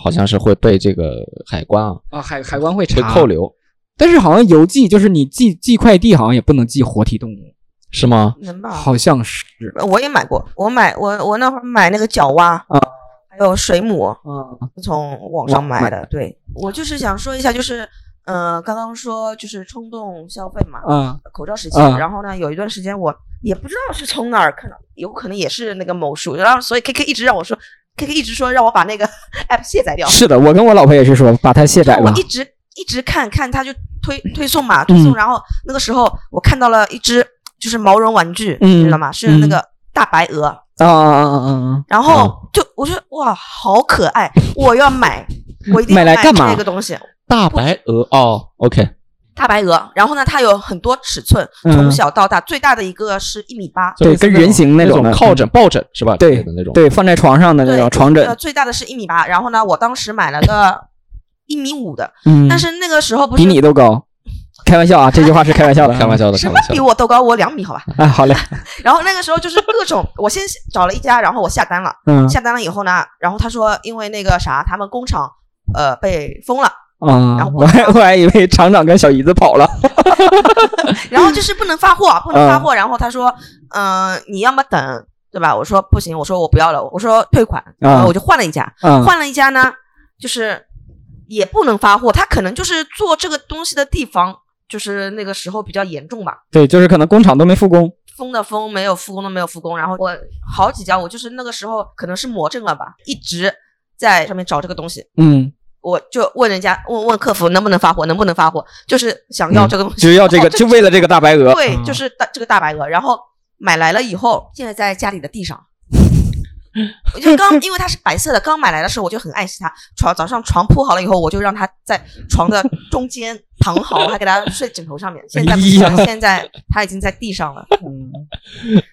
Speaker 2: 好像是会被这个海关啊
Speaker 1: 啊海海关会
Speaker 2: 会
Speaker 1: 查
Speaker 2: 扣，留，
Speaker 1: 但是好像邮寄就是你寄寄快递，好像也不能寄活体动物，
Speaker 2: 是吗？
Speaker 3: 能吧？
Speaker 1: 好像是
Speaker 3: 呃，我也买过，我买我我那会儿买那个角蛙
Speaker 1: 啊，
Speaker 3: 还有水母，
Speaker 1: 啊，
Speaker 3: 从网
Speaker 1: 网
Speaker 3: 上买
Speaker 1: 买
Speaker 3: 的。对我就是想说一下，就是呃，刚刚说就是冲动消费嘛，
Speaker 1: 啊
Speaker 3: 口罩时期，
Speaker 1: 啊
Speaker 3: 然后呢，有一段时间我也不知道是从哪儿看到，有可能也是那个某书，然后所以 K K 一直让我说，K K 一直说让我把那个 *laughs* app 卸载掉，
Speaker 1: 是的，我跟我老婆也是说把它卸载啊
Speaker 3: 然后
Speaker 1: 吧嗯
Speaker 3: 我一，直一直看看他就推推送嘛，推送，然后那个时候我看到了一只就是毛绒玩具，
Speaker 1: 嗯
Speaker 3: 你知道吗？是那个大白鹅，
Speaker 1: 啊啊啊啊啊啊！
Speaker 3: 然后就我觉得哇，好可爱，我要买，我一定要
Speaker 1: 嗯买来干嘛
Speaker 3: 这个东西，
Speaker 2: 大白鹅哦，OK，
Speaker 3: 大白鹅。然后呢，它有很多尺寸，
Speaker 1: 嗯
Speaker 3: 从小到大，最大的一个是一米八，
Speaker 1: 对跟人形那
Speaker 2: 那嗯
Speaker 1: 种的
Speaker 2: 靠枕、抱枕是吧？
Speaker 1: 对
Speaker 2: 的那种。
Speaker 1: 对，放在床上的那种
Speaker 3: 对，
Speaker 1: 床
Speaker 3: 呃，
Speaker 1: 枕，
Speaker 3: 最大的是一米八。然后呢，我当时买了个一米五的，
Speaker 1: 嗯，
Speaker 3: 但是那个时候不是
Speaker 1: 比你都高。开玩笑
Speaker 3: *laughs*
Speaker 1: 啊，这句话是开玩笑的，
Speaker 2: 开玩
Speaker 1: 笑。
Speaker 2: 笑的，
Speaker 3: 什
Speaker 2: 开
Speaker 3: 么
Speaker 2: 玩笑
Speaker 3: 比
Speaker 2: 的。
Speaker 3: 我都高，我两米好吧。
Speaker 1: 哎，好嘞，
Speaker 3: *laughs* 然后那个时候就是各种，我先找了一家，然后我下单了。
Speaker 1: 嗯
Speaker 3: 下单了以后呢，然后他说因为那个啥，他们工厂呃被封了，
Speaker 1: 啊、
Speaker 3: 然后我
Speaker 1: 我还我还以为厂长跟小姨子跑了，
Speaker 3: 然
Speaker 1: 嗯
Speaker 3: 后就是不能发货，不能发货。然后他说，嗯、你要么等，对吧？我说不行，我说我不要了，我说退款。然后我就换了一家，
Speaker 1: 嗯，
Speaker 3: 换了一家呢，就是也不能发货，他可能就是做这个东西的地方，就是那个时候比较严重吧。
Speaker 1: 对，就是可能工厂都没复工，
Speaker 3: 封的封，没有复工的没有复工。然后我好几家，我就是那个时候可能是魔怔了吧，一直在上面找这个东西。
Speaker 1: 嗯，
Speaker 3: 我就问人家，问问客服能不能发货，能不能发货，就是想要这个东西，
Speaker 1: 嗯就要这个，
Speaker 3: 哦
Speaker 1: 就嗯为了这个大白鹅，
Speaker 3: 对，就是大这个大白鹅。然后买来了以后，现在在家里的地上。我 *laughs* 就刚，因为它是白色的，刚买来的时候我就很爱惜它。床早上床铺好了以后，我就让它在床的中间躺好，我还给它睡枕头上面。现在不行
Speaker 1: 哎呀
Speaker 3: 现在它已经在地上了。 *laughs*
Speaker 1: 嗯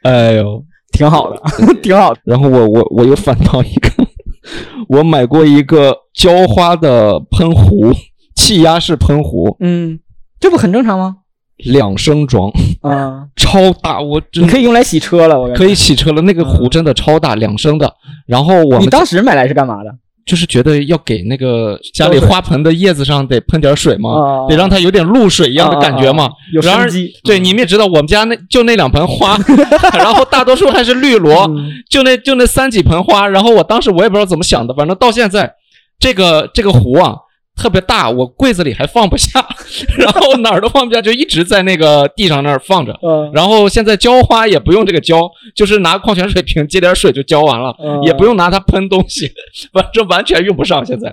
Speaker 2: 哎呦，
Speaker 1: 挺好的， *laughs* 挺好的，
Speaker 2: 然后我我我又翻到一个， *laughs* 我买过一个浇花的喷壶，气压式喷壶，
Speaker 1: 嗯，这不很正常吗？
Speaker 2: 两升装，
Speaker 1: 啊，
Speaker 2: 超大，我真
Speaker 1: 你可以用来洗车了，我感觉
Speaker 2: 可以洗车了。那个壶真的超大，两升的。然后我
Speaker 1: 你
Speaker 2: 们
Speaker 1: 当时买来是干嘛的？
Speaker 2: 就是觉得要给那个家里
Speaker 1: 浇水
Speaker 2: 花盆的叶子上得喷点水嘛，
Speaker 1: 啊，
Speaker 2: 得让它有点露水一
Speaker 1: 一
Speaker 2: 样的感觉嘛。
Speaker 1: 有
Speaker 2: 然而
Speaker 1: 生机，嗯
Speaker 2: 对，你们也知道，我们家那就那两盆
Speaker 1: *laughs*
Speaker 2: 花，然后大多数还是绿萝，
Speaker 1: 嗯
Speaker 2: 就那就那三几盆花。然后我当时我也不知道怎么想的，反正到现在，这个这个壶啊特别大，我柜子里还放不下， *laughs* 然后哪儿都放不下，就一直在那个地上那儿放着。
Speaker 1: 嗯，
Speaker 2: 然后现在浇花也不用这个浇，就是拿矿泉水瓶接点水就浇完了，
Speaker 1: 嗯
Speaker 2: 也不用拿它喷东西，反正完全用不上。现在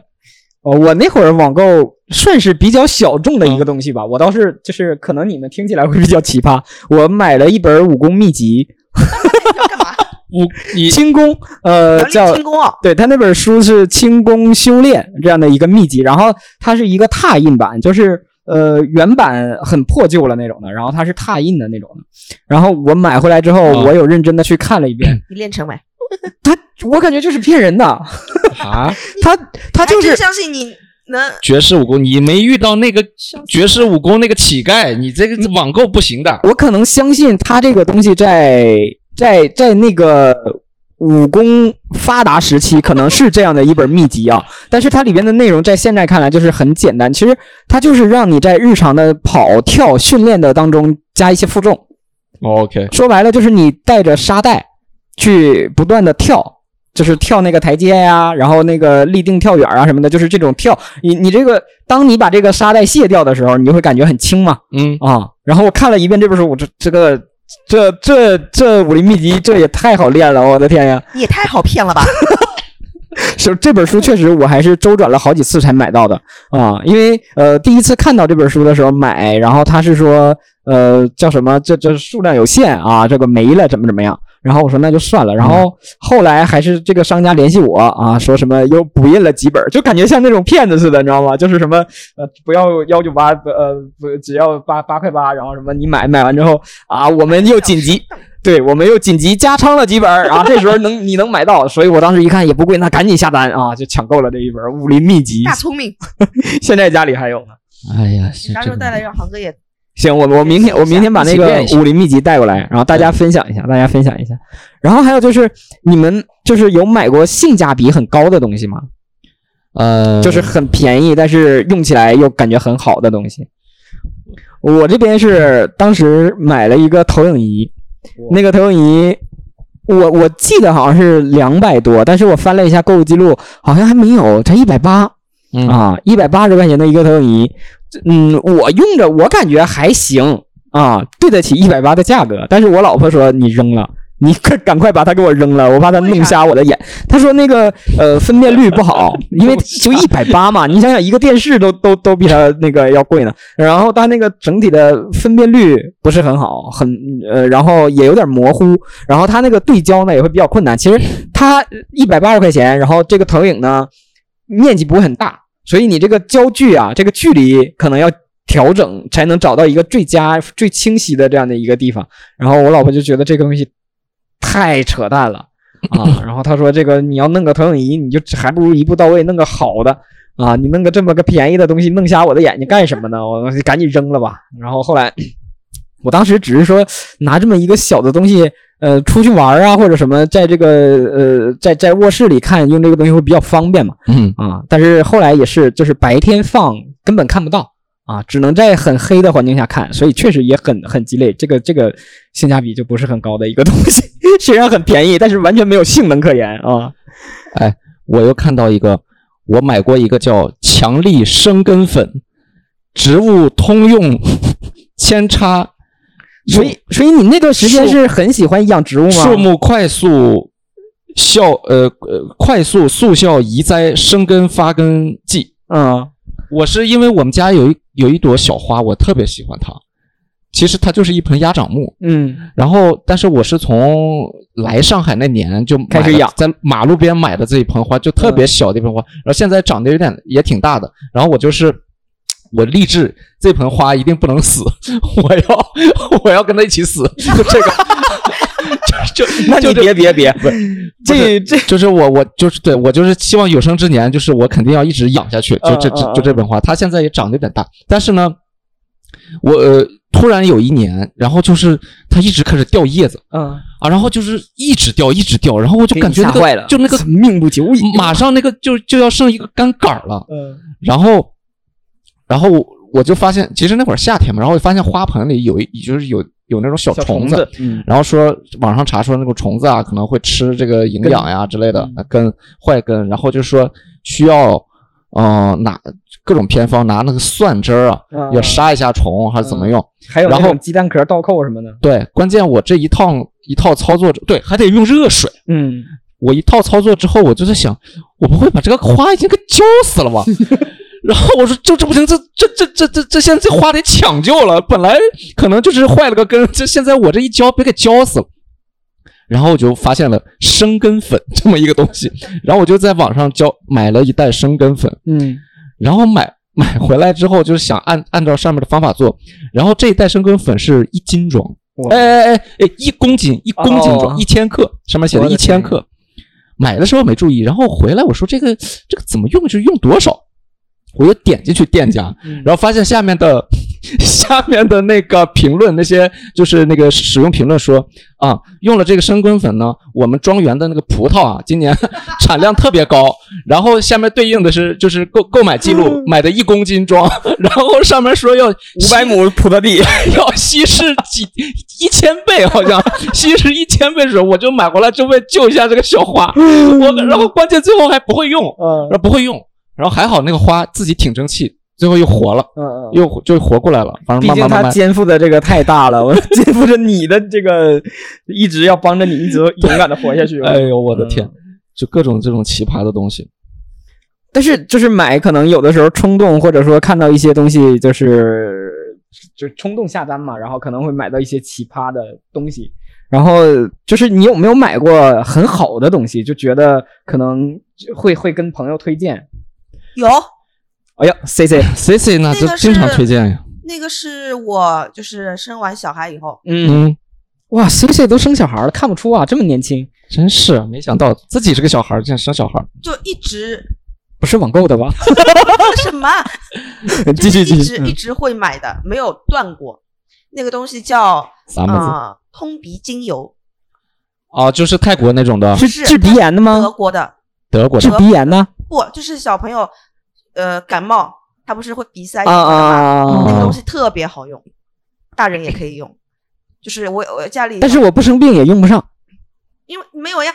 Speaker 1: 哦，我那会儿网购算是比较小众的一
Speaker 2: 嗯
Speaker 1: 个东西吧。我倒是就是，可能你们听起来会比较奇葩。我买了一本武功秘籍，
Speaker 3: 要哎干嘛？
Speaker 2: 我你
Speaker 1: 轻功，呃，
Speaker 3: 要练
Speaker 1: 叫
Speaker 3: 轻功哦。
Speaker 1: 对他那本书是轻功修炼这样的一个秘籍，然后它是一个拓印版，就是呃原版很破旧了那种的，然后它是拓印的那种的。然后我买回来之后，
Speaker 2: 啊
Speaker 1: 我有认真的去看了一遍，
Speaker 3: 你练成没？
Speaker 1: 它我感觉就是骗人的，
Speaker 2: 啊，
Speaker 1: 它它就
Speaker 3: 还哎真
Speaker 1: 是
Speaker 3: 相信你能
Speaker 2: 绝世武功，你没遇到那个绝世武功那个乞丐，你这
Speaker 3: 嗯
Speaker 2: 个网购不行的。
Speaker 1: 我可能相信他这个东西在在在那个武功发达时期，可能是这样的一本秘籍啊。但是它里边的内容在现在看来就是很简单，其实它就是让你在日常的跑跳训练的当中加一些负重。
Speaker 2: 哦 OK，
Speaker 1: 说白了就是你带着沙袋去不断的跳。就是跳那个台阶呀、然后那个立定跳远啊什么的，就是这种跳。你你这个，当你把这个沙袋卸掉的时候，你就会感觉很轻嘛。
Speaker 2: 嗯，
Speaker 1: *laughs* 啊。然后我看了一遍这本书，我这这个这这这武林秘籍这也太好练了，我的天呀！
Speaker 3: 也太好骗
Speaker 1: *laughs*
Speaker 3: 了吧？
Speaker 1: 是这本书确实我还是周转了好几次才买到的啊，因为呃第一次看到这本书的时候买，然后他是说呃叫什么这这数量有限啊，这个没了怎么怎么样。然后我说那就算了，然后后来还是这个商家联系我啊，说什么又补印了几本，就感觉像那种骗子似的，你知道吗？就是什么呃不要幺九八，呃不只要八八块八，然后什么你买买完之后啊，我们又紧急对，我们又紧急加仓了几本儿啊，这时候能你能买到，所以我当时一看也不贵，那赶紧下单啊，就抢购了这一本《武林秘籍
Speaker 3: 大》，聪明，
Speaker 1: *laughs* 现在家里还有呢。
Speaker 2: 哎呀，是
Speaker 3: 你啥时
Speaker 2: 这
Speaker 3: 候
Speaker 2: 个
Speaker 3: 带来让航哥也
Speaker 1: 行，我我明天我明天把那
Speaker 2: 一起
Speaker 1: 个
Speaker 2: 练一下
Speaker 1: 《武林秘籍》带过来，然后大家分享一下，大家分享一下。然后还有就是，你们就是有买过性价比很高的东西吗？
Speaker 2: 呃，
Speaker 1: 就是很便宜，但是用起来又感觉很好的东西。我这边是当时买了一个投影仪，那个投影仪，我我记得好像是两百多，但是我翻了一下购物记录，好像还没有，才一百八
Speaker 2: 嗯
Speaker 1: 啊，一百八十块钱的一个投影仪，嗯，我用着我感觉还行啊，对得起一百八的价格，但是我老婆说你扔了。你快赶快把它给我扔了，我怕它弄瞎我的眼。她说那个呃分辨率不好，因为就一百八嘛，你想想一个电视都都都比它那个要贵呢。然后它那个整体的分辨率不是很好，很呃，然后也有点模糊。然后它那个对焦呢也会比较困难。其实它一百八十块钱，然后这个投影呢面积不会很大，所以你这个焦距啊，这个距离可能要调整，才能找到一个最佳、最清晰的这样的一个地方。然后我老婆就觉得这个东西太扯淡了啊，然后她说这个你要弄个投影仪，你就还不如一步到位弄个好的。啊，你弄个这么个便宜的东西，弄瞎我的眼睛干什么呢？我赶紧扔了吧。然后后来， *coughs* 我当时只是说拿这么一个小的东西，呃，出去玩啊或者什么，在这个呃，在在卧室里看用这个东西会比较方便嘛。
Speaker 2: 嗯
Speaker 1: 啊，但是后来也是，就是白天放根本看不到啊，只能在很黑的环境下看，所以确实也很很鸡肋。这个这个性价比就不是很高的一个 *laughs* 东西，虽然很便宜，但是完全没有性能可言啊。
Speaker 2: 我又看到一个，我买过一个叫强力生根粉，植物通用扦插，
Speaker 1: 所以所以你那段时间是很喜欢养植物吗？
Speaker 2: 树木快速效呃呃快速速效移栽生根发根剂。
Speaker 1: 嗯
Speaker 2: 我是因为我们家有一有一朵小花，我特别喜欢它。其实它就是一盆鸭掌木，
Speaker 1: 嗯
Speaker 2: 然后但是我是从来上海那年就买
Speaker 1: 开始
Speaker 2: 了
Speaker 1: 养
Speaker 2: 在马路边买的这一盆花，就特别小的一盆花，然后现在长得有点也挺大的，然后我就是。我立志，这盆花一定不能死， *laughs* 我要 *laughs* 我要跟它一起死，就这个， *laughs* 就就
Speaker 1: 那你
Speaker 2: 就这
Speaker 1: 别别别，这这
Speaker 2: *laughs* 就是我，我就是对我就是希望有生之年，就是我肯定要一直养下去，就这
Speaker 1: 嗯嗯
Speaker 2: 这
Speaker 1: 嗯
Speaker 2: 就这本花，它现在也长得有点大，但是呢，我、呃、突然有一年，然后就是它一直开始掉叶子
Speaker 1: 嗯，
Speaker 2: 啊，然后就是一直掉，一直掉，然后我就
Speaker 1: 给
Speaker 2: 感
Speaker 1: 你
Speaker 2: 觉那
Speaker 1: 吓
Speaker 2: 个
Speaker 1: 坏了
Speaker 2: 就那个
Speaker 1: *laughs*
Speaker 2: 嗯
Speaker 1: 命不久矣
Speaker 2: 马上那个就就要剩一个干杆儿了，
Speaker 1: 嗯
Speaker 2: 然后然后我就发现，其实那会儿夏天嘛，然后我发现花盆里有一就是有有那种小
Speaker 1: 小
Speaker 2: 虫
Speaker 1: 子，嗯
Speaker 2: 然后说网上查说那个虫子啊可能会吃这个营养呀之类的
Speaker 1: 嗯
Speaker 2: 呃根坏根，然后就说需要嗯、呃拿各种偏方拿那个蒜汁儿啊
Speaker 1: 嗯
Speaker 2: 要杀一下虫还是怎么用？
Speaker 1: 还有那
Speaker 2: 然后
Speaker 1: 种鸡蛋壳倒扣什么的，
Speaker 2: 对，关键我这一套一套操作对还得用热水。
Speaker 1: 嗯，
Speaker 2: 我一套操作之后，我就在想，我不会把这个花已经给浇死了吧？ *laughs* 然后我说，这这不行，这这这这这这现在这花得抢救了，本来可能就是坏了个根，这现在我这一浇，别给浇死了。然后我就发现了生根粉这么一个东西，然后我就在网上交买了一袋生根粉，
Speaker 1: 嗯，
Speaker 2: 然后买买回来之后，就是想按按照上面的方法做，然后这一袋生根粉是一斤装，
Speaker 1: 我
Speaker 2: 哎哎哎哎，一公斤一公斤
Speaker 1: 哦
Speaker 2: 重，一千克，上面写的
Speaker 1: 我的
Speaker 2: 一千
Speaker 1: 天
Speaker 2: 克。买的时候没注意，然后回来我说这个这个怎么用，就是用多少，我就点进去店家，
Speaker 1: 嗯
Speaker 2: 然后发现下面的 *laughs* 下面的那个评论，那些就是那个使用评论说啊，用了这个生根粉呢，我们庄园的那个葡萄啊，今年 *laughs* 产量特别高。然后下面对应的是就是购购买记录，买的一公斤装， *laughs* 然后上面说要
Speaker 1: 嗯五百亩葡萄地，
Speaker 2: 要稀释几一千倍，好像稀释一千倍水，我就买回来就为了救一下这个小花。我然后关键最后还不会用，
Speaker 1: 嗯
Speaker 2: 然后不会用，然后还好那个花自己挺争气，最后又活了，
Speaker 1: 嗯嗯，
Speaker 2: 又就活过来了。反正
Speaker 1: 毕
Speaker 2: 慢
Speaker 1: 竟
Speaker 2: 慢慢
Speaker 1: 他
Speaker 2: 慢，
Speaker 1: 肩负的这个太大了，我 *laughs* 肩负着你的这个，一直要帮着你，一直 *laughs* 勇敢的活下 *laughs* 去。
Speaker 2: 哎呦我的天
Speaker 1: 嗯！
Speaker 2: 就各种这种奇葩的东西，
Speaker 1: 但是就是买，可能有的时候冲动，或者说看到一些东西，就是就冲动下单嘛，然后可能会买到一些奇葩的东西。然后就是你有没有买过很好的东西，就觉得可能会会跟朋友推荐？
Speaker 3: 有
Speaker 1: 哎呀，C C，
Speaker 2: C C 呢
Speaker 3: 那
Speaker 2: 就
Speaker 3: 个
Speaker 2: 经常
Speaker 3: 是
Speaker 2: 推荐呀。
Speaker 3: 那个是我就是生完小孩以后，
Speaker 1: 嗯，
Speaker 2: 嗯，
Speaker 1: 哇，C C 都生小孩了，看不出啊，这么年轻，
Speaker 2: 真是没想到自己是个小孩儿，竟然生小孩儿。
Speaker 3: 就一
Speaker 1: *laughs*
Speaker 3: 直
Speaker 1: 不是网购的 *laughs* 吧？
Speaker 3: 什么啊就
Speaker 1: 继续
Speaker 3: 是一
Speaker 1: 继
Speaker 3: 直
Speaker 1: 续，嗯
Speaker 3: 一直会买的，没有断过。那个东西叫
Speaker 2: 啥么子
Speaker 3: 啊通鼻精油，
Speaker 2: 啊？就是泰国那种的，
Speaker 1: 是
Speaker 3: 是
Speaker 1: 治鼻炎的
Speaker 3: 德
Speaker 1: 吗？
Speaker 3: 国的，
Speaker 2: 德国
Speaker 1: 治
Speaker 2: 的。
Speaker 1: 鼻炎呢？
Speaker 3: 不就是小朋友呃感冒，他不是会鼻
Speaker 2: 嗯
Speaker 3: 塞
Speaker 1: 啊啊
Speaker 3: 什么的吗
Speaker 1: 啊！啊
Speaker 3: 那个
Speaker 1: 啊
Speaker 3: 东西特别好用，大人也可以用。就是我我家里，
Speaker 1: 但是我不生病也用不上，
Speaker 3: 因为没有呀，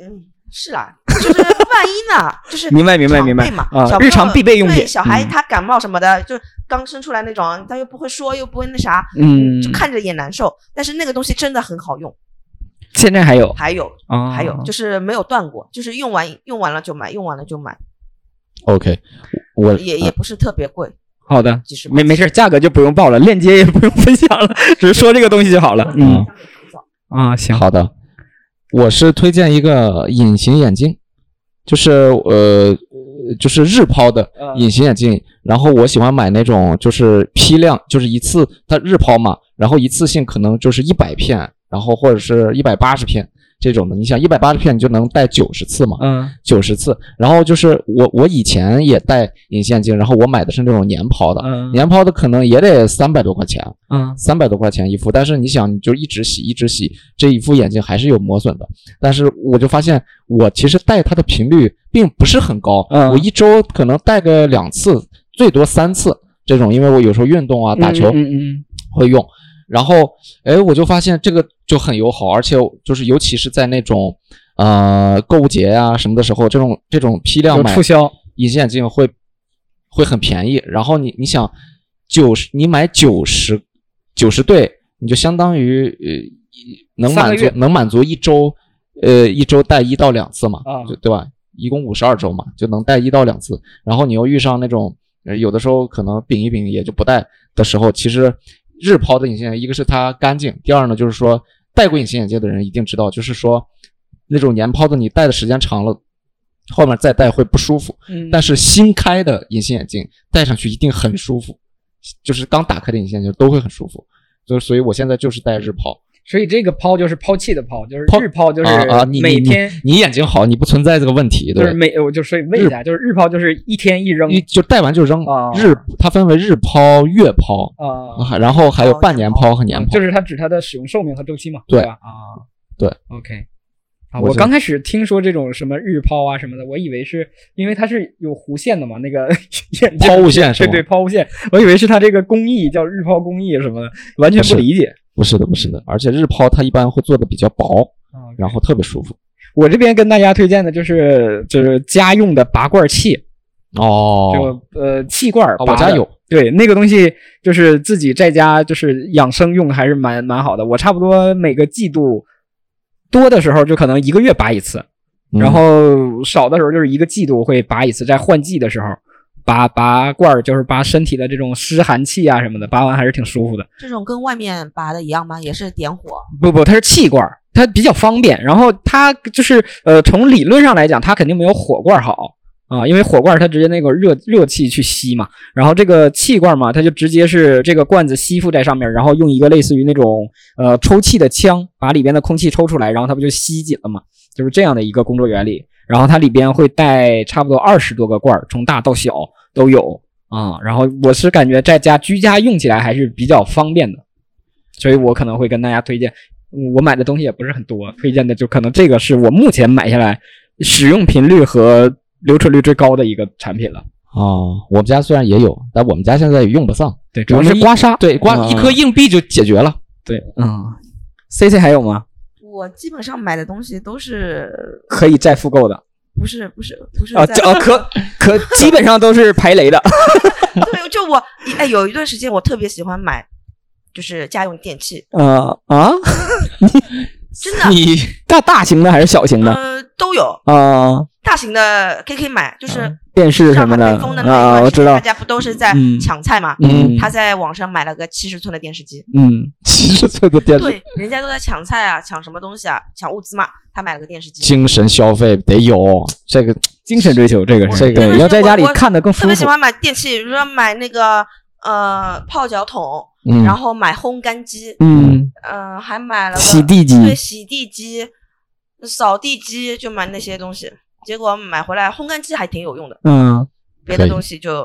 Speaker 3: 嗯，是啦，就是万一呢，就是
Speaker 1: 明白明白
Speaker 3: 常
Speaker 1: 明白
Speaker 3: 备嘛
Speaker 1: 啊
Speaker 3: 小朋
Speaker 1: 日常
Speaker 3: 友
Speaker 1: 必备用
Speaker 3: 对
Speaker 1: 品
Speaker 3: 小孩
Speaker 1: 嗯
Speaker 3: 他感冒什么的，就刚生出来那种，他又不会说，又不会那啥，
Speaker 1: 嗯
Speaker 3: 就看着也难受。但是那个东西真的很好用，
Speaker 1: 现在还有
Speaker 3: 还有
Speaker 2: 嗯
Speaker 1: 啊
Speaker 3: 还有就是没有断过，就是用完用完了就买，用完了就买，
Speaker 2: OK，我
Speaker 3: 也也不是特别贵，
Speaker 1: 好的，
Speaker 3: 几十
Speaker 1: 呃没没事，价格就不用报了，链接也不用分享了， *laughs* 只是说这个东西就好了。嗯
Speaker 2: 嗯
Speaker 1: 啊，行，
Speaker 2: 好的，我是推荐一个隐形眼镜，就是呃，就是日抛的
Speaker 1: 嗯
Speaker 2: 隐形眼镜。然后我喜欢买那种就是批量，就是一次它日抛嘛，然后一次性可能就是一百片，然后或者是一百八十片这种的。你想一百八十片你就能戴九十次嘛？
Speaker 1: 嗯
Speaker 2: 九十次。然后就是我我以前也戴隐形眼镜，然后我买的是那种年抛的，
Speaker 1: 嗯
Speaker 2: 年抛的可能也得三百多块钱。
Speaker 1: 嗯
Speaker 2: 三百多块钱一副，但是你想，你就一直洗，一直洗，这一副眼镜还是有磨损的。但是我就发现，我其实戴它的频率并不是很高，
Speaker 1: 嗯
Speaker 2: 我一周可能戴个两次，最多三次这种，因为我有时候运动啊、打球
Speaker 1: 嗯嗯
Speaker 2: 会用。然后，哎，我就发现这个就很友好，而且就是尤其是在那种呃购物节啊什么的时候，这种这种批
Speaker 1: 嗯，
Speaker 2: 量
Speaker 1: 有
Speaker 2: 买
Speaker 1: 促销，
Speaker 2: 隐形眼镜会会很便宜。然后你你想九十，你买九十九十对，你就相当于呃一能
Speaker 1: 三个
Speaker 2: 满足
Speaker 1: 月
Speaker 2: 能满足一周，呃一周戴一到两次嘛，
Speaker 1: 啊
Speaker 2: 就对吧？一共五十二周嘛，就能戴一到两次。然后你又遇上那种呃有的时候可能饼一饼也就不戴的时候，其实日抛的隐形眼镜，一个是它干净，第二呢就是说戴过隐形眼镜的人一定知道，就是说那种年抛的你戴的时间长了。后面再戴会不舒服，
Speaker 1: 嗯
Speaker 2: 但是新开的隐形眼镜戴上去一定很舒服，就是刚打开的隐形眼镜都会很舒服。就所以，我现在就是戴日抛。
Speaker 1: 所以这个抛就是抛弃的抛，就是
Speaker 2: 抛
Speaker 1: 日抛就是
Speaker 2: 啊啊，你
Speaker 1: 每
Speaker 2: 你
Speaker 1: 天
Speaker 2: 你你眼睛好，你不存在这个问题，
Speaker 1: 就是
Speaker 2: 对吧？
Speaker 1: 每我就所以问一下，就是日抛就是一天一扔
Speaker 2: 你就戴完就扔。
Speaker 1: 啊
Speaker 2: 日它分为日抛、月抛，
Speaker 1: 啊，
Speaker 2: 然后还有半年抛和年
Speaker 1: 嗯
Speaker 2: 抛。
Speaker 1: 就是它指它的使用寿命和周期嘛，
Speaker 2: 对
Speaker 1: 吧？啊，
Speaker 2: 对
Speaker 1: ，OK。啊，
Speaker 2: 我
Speaker 1: 我
Speaker 2: 就
Speaker 1: 刚开始听说这种什么日抛啊什么的，我以为是因为它是有弧线的嘛，那
Speaker 2: *laughs*
Speaker 1: 个眼镜
Speaker 2: 抛物线是
Speaker 1: 对
Speaker 2: 吗
Speaker 1: 对，抛物线，我以为是它这个工艺叫日抛工艺什么的，完全不
Speaker 2: 不是
Speaker 1: 理解。
Speaker 2: 不是的，不是的，而且日抛它一般会做的比较薄，
Speaker 1: 啊，OK
Speaker 2: 然后特别舒服。
Speaker 1: 我这边跟大家推荐的就是就是家用的拔罐器，
Speaker 2: 哦，
Speaker 1: 就呃气罐儿
Speaker 2: 啊
Speaker 1: 拔
Speaker 2: 我家
Speaker 1: 的
Speaker 2: 有，
Speaker 1: 对，那个东西就是自己在家就是养生用，还是蛮蛮好的。我差不多每个季度多的时候就可能一个月拔一次，
Speaker 2: 嗯
Speaker 1: 然后少的时候就是一个季度会拔一次，在换季的时候。拔拔罐儿就是拔身体的这种湿寒气啊什么的，拔完还是挺舒服的。
Speaker 3: 这种跟外面拔的一样吗？也是点火，
Speaker 1: 不不，它是气罐儿，它比较方便。然后它就是呃，从理论上来讲，它肯定没有火罐儿好啊、因为火罐儿它直接那个热热气去吸嘛。然后这个气罐儿嘛，它就直接是这个罐子吸附在上面，然后用一个类似于那种呃抽气的枪把里边的空气抽出来，然后它不就吸紧了嘛？就是这样的一个工作原理。然后它里边会带差不多二十多个罐儿，从大到小都有啊、然后我是感觉在家居家用起来还是比较方便的，所以我可能会跟大家推荐。我买的东西也不是很多，推荐的就可能这个是我目前买下来使用频率和留存率最高的一个产品了。
Speaker 2: 哦，我们家虽然也有，但我们家现在也用不上。
Speaker 1: 对，主要是刮痧。
Speaker 2: 对，光
Speaker 1: 嗯
Speaker 2: 一颗硬币就解决了。
Speaker 1: 对，嗯，C C 还有吗？
Speaker 3: 我基本上买的东西都是
Speaker 1: 可以再复购的
Speaker 3: 不是不是不是
Speaker 1: 啊，
Speaker 3: 在
Speaker 1: 这啊可
Speaker 3: *laughs*
Speaker 1: 可基本上都是排雷的。
Speaker 3: 对，就我哎，有一段时间我特别喜欢买，就是家用电器，
Speaker 1: 呃啊，
Speaker 3: *laughs* 真的，
Speaker 2: 你
Speaker 1: 大大型的还是小型的？
Speaker 3: 呃，都有
Speaker 1: 啊，
Speaker 3: 大型的 KK 买，就是
Speaker 1: 电视嗯什么的
Speaker 3: 上海风的那一
Speaker 1: 啊，
Speaker 3: 段
Speaker 1: 我知
Speaker 3: 时间大
Speaker 1: 道。
Speaker 3: 家不都是在
Speaker 1: 嗯
Speaker 3: 抢菜嘛？
Speaker 1: 嗯
Speaker 3: 他在网上买了个七十寸的电视机，
Speaker 1: 嗯，
Speaker 2: 七十岁的电视
Speaker 3: 对，人家都在抢菜啊，抢什么东西啊，抢物资嘛，他买了个电视机。
Speaker 2: 精神消费得有这个，
Speaker 1: 精神追求这个
Speaker 2: 这
Speaker 1: 是
Speaker 2: 个
Speaker 1: 对，
Speaker 2: 我
Speaker 1: 要在家里
Speaker 3: 我
Speaker 1: 看的更
Speaker 3: 特
Speaker 1: 舒
Speaker 3: 别喜
Speaker 1: 服。
Speaker 3: 欢买电器，比如说买那个呃泡脚桶，
Speaker 2: 嗯
Speaker 3: 然后买烘干机，
Speaker 1: 嗯，
Speaker 3: 嗯、还买了个
Speaker 1: 洗地机
Speaker 3: 对，洗地机、扫地机，就买那些东西。结果买回来烘干机还挺有用的，
Speaker 1: 嗯
Speaker 3: 别
Speaker 2: 可
Speaker 3: 的
Speaker 2: 以
Speaker 3: 东西就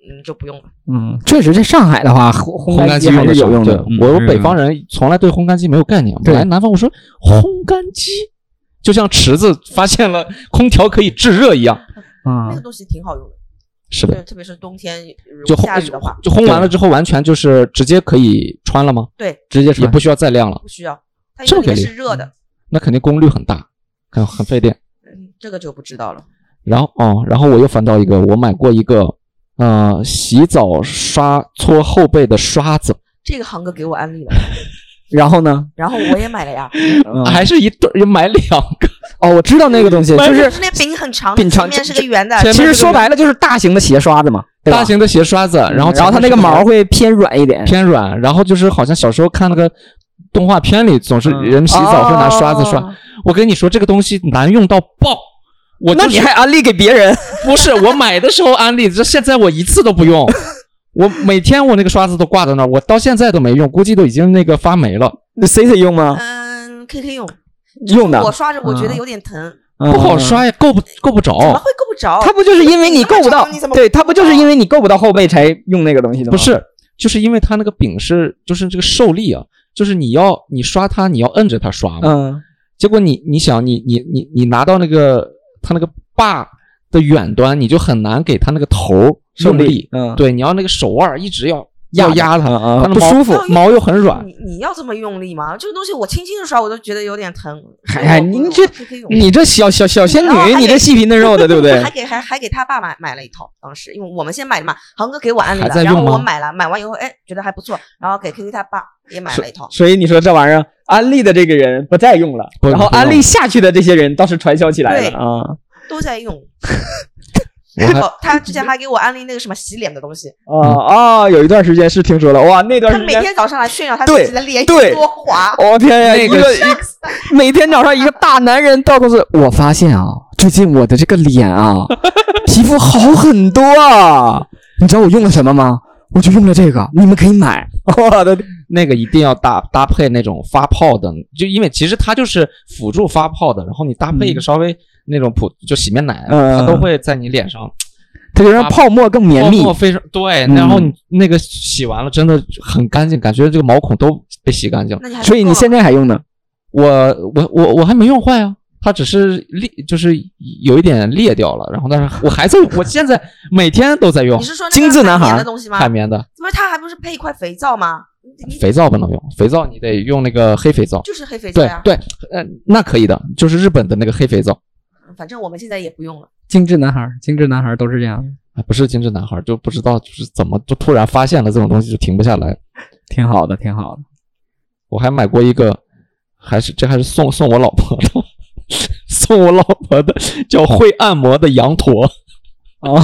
Speaker 3: 嗯就不用了。
Speaker 1: 嗯，确实在上海的话，烘
Speaker 2: 烘干
Speaker 1: 机
Speaker 2: 机
Speaker 1: 还
Speaker 2: 用
Speaker 1: 嗯是
Speaker 2: 的
Speaker 1: 有
Speaker 2: 少
Speaker 1: 用的
Speaker 2: 对。嗯我我北方人从来对烘干机没有概念，我
Speaker 1: 对
Speaker 2: 来南方我说烘干机就像池子发现了空调可以制热一样，
Speaker 1: 啊
Speaker 2: 嗯
Speaker 3: 那个东西挺好用的，
Speaker 2: 是
Speaker 3: 对，
Speaker 2: 的，
Speaker 3: 特别是冬天如
Speaker 2: 就
Speaker 3: 果下
Speaker 2: 烘
Speaker 3: 雨的话，
Speaker 2: 就烘完了之后完全就是直接可以穿了吗？
Speaker 3: 对，
Speaker 1: 直接
Speaker 2: 也
Speaker 1: 穿
Speaker 2: 不需要再晾了，
Speaker 3: 不需要，它因
Speaker 2: 这
Speaker 3: 为
Speaker 2: 么
Speaker 3: 里面
Speaker 2: 给力
Speaker 3: 是热的，
Speaker 2: 那肯定功率很大，很很费电。
Speaker 3: 嗯，这个就不知道了。
Speaker 2: 然后哦，然后我又翻到一个，我买过一个呃洗澡刷搓后背的刷子，
Speaker 3: 这个航哥给我安利了，
Speaker 1: 然后呢？
Speaker 3: 然后我也买了呀，
Speaker 1: 嗯
Speaker 2: 还是一对儿买两个。
Speaker 1: 哦，我知道那个东西，
Speaker 2: 买
Speaker 1: *laughs* 就
Speaker 2: 了
Speaker 1: 是
Speaker 3: 就是那柄很长的，
Speaker 1: 柄长
Speaker 3: 前面
Speaker 1: 这
Speaker 3: 是个圆
Speaker 2: 嗯
Speaker 3: 的，
Speaker 2: 前面
Speaker 1: 其实
Speaker 2: 是个
Speaker 1: 说白了就是大型的鞋刷子嘛，对吧
Speaker 2: 大型的鞋刷子，嗯然后
Speaker 1: 然后它那个毛会偏软一点，
Speaker 2: 偏软，然后就是好像小时候看那个动画片里，总是
Speaker 1: 嗯
Speaker 2: 人洗澡会拿刷子刷。
Speaker 1: 哦
Speaker 2: 我跟你说，这个东西难用到爆。我
Speaker 1: 那
Speaker 2: 就是
Speaker 1: 你还安利给别人？ *laughs*
Speaker 2: 不是我买的时候安利，这现在我一次都不用。我每天我那个刷子都挂在那儿，我到现在都没用，估计都已经那个发霉了，
Speaker 1: 那 C C 用吗？
Speaker 3: 嗯，K K 用
Speaker 1: 用的啊嗯
Speaker 3: 我刷着我觉得有点疼，
Speaker 1: 不
Speaker 2: 不好。刷呀，够不够不
Speaker 3: 怎么
Speaker 2: 着。
Speaker 3: 会够不着？
Speaker 1: 哦它不就是因为你够不到
Speaker 3: 你怎么，啊
Speaker 1: 对，它不就是因为你够不到后背才用那个东西的吗？
Speaker 2: 不，是，就是因为它那个柄是，就是这个受力啊，就是你要你刷它，你要摁着它刷嘛。
Speaker 1: 嗯
Speaker 2: 结果你你想你你你你拿到那个它那个把的远端，你就很难给它那个头儿
Speaker 1: 用
Speaker 2: 用
Speaker 1: 力，嗯，
Speaker 2: 对，你要那个手腕一直要
Speaker 1: 压
Speaker 2: 要压它，
Speaker 1: 啊
Speaker 2: 它
Speaker 1: 啊，
Speaker 2: 的
Speaker 1: 不
Speaker 2: 毛
Speaker 1: 舒服。
Speaker 2: 毛又很软。
Speaker 3: 你你要这么用力吗？这个东西我轻轻的刷我都觉得有点疼。
Speaker 1: 哎呀
Speaker 3: 我
Speaker 1: 你
Speaker 3: 我
Speaker 1: 这
Speaker 3: 我可以用
Speaker 1: 你这小小小仙
Speaker 3: 然后还
Speaker 1: 女，
Speaker 3: 得
Speaker 1: 你这细皮嫩肉的，对
Speaker 3: *laughs*
Speaker 1: 不对
Speaker 3: 还？给还还给他爸买买了一套，当时因为我们先买的嘛，航哥给我安利
Speaker 2: 还在
Speaker 3: 了，然后
Speaker 2: 用吗
Speaker 3: 我买了，买完以后哎觉得还不错，然后给 KK 他爸也买了一套。
Speaker 1: 所以你说这玩意儿，安利的这个人不再用了，
Speaker 2: 不
Speaker 1: 然后
Speaker 2: 不用
Speaker 1: 安利下去的这些人倒是传销起来
Speaker 3: 对
Speaker 1: 了啊。
Speaker 3: 都
Speaker 1: *laughs*
Speaker 3: 在用。
Speaker 2: 我
Speaker 3: 然
Speaker 2: 还
Speaker 3: 后他之前还给我安利那个什么洗脸的
Speaker 1: *laughs*
Speaker 3: 东西，
Speaker 1: 啊啊，有一段时间是听说了，哇，那段
Speaker 3: 他
Speaker 1: 时
Speaker 3: 每
Speaker 1: 间。
Speaker 3: 天早上来炫耀他
Speaker 1: 对
Speaker 3: 自己的脸
Speaker 1: 对哦
Speaker 3: 有多滑。
Speaker 1: 我、天呀，
Speaker 2: 那
Speaker 1: 一
Speaker 2: 个
Speaker 1: 个一个每天早上一个大男人倒口水。我发现啊，最近我的这个脸
Speaker 2: *laughs*
Speaker 1: 啊，皮肤好很多啊。你知道我用了什么吗？我就用了这个，你们可以买。我的
Speaker 2: 那个一定要搭搭配那种发泡的，就因为其实它就是辅助发泡的，然后你搭配一个稍微那种普就洗面奶，
Speaker 1: 嗯
Speaker 2: 它都会在你脸上
Speaker 1: 它就让泡沫更绵密
Speaker 2: 泡沫。非常对，
Speaker 1: 嗯
Speaker 2: 然后你那个洗完了真的很干净，感觉这个毛孔都被洗干净了。
Speaker 3: 那你还
Speaker 1: 所以你现
Speaker 3: 在
Speaker 1: 在还用呢？
Speaker 2: 我我我我还没用坏啊，它只是裂，就是有一点裂掉了，然后但是我还在，我现在每天都在用
Speaker 3: 啊你是说那个
Speaker 1: 精致哦男
Speaker 3: 海绵
Speaker 1: 孩
Speaker 3: 的东西吗？
Speaker 2: 海绵的
Speaker 3: 不是，他还不是配一块肥皂吗？你
Speaker 2: 肥皂不能用，肥皂你得用那个黑肥皂。
Speaker 3: 就是黑肥皂
Speaker 2: 对
Speaker 3: 呀。
Speaker 2: 对，呃，那可以的，就是日本的那个黑肥皂。
Speaker 3: 反正我们现在也不用了。
Speaker 1: 精致男孩，精致男孩都是这样，
Speaker 2: 啊，不是精致男孩，就不知道就是怎么就突然发现了这种东西就停不下来。
Speaker 1: 挺好的，挺好的。
Speaker 2: 我还买过一个，还是这还是送送我老婆的， *laughs* 送我老婆的叫会按摩的羊驼，
Speaker 1: *laughs* 哦，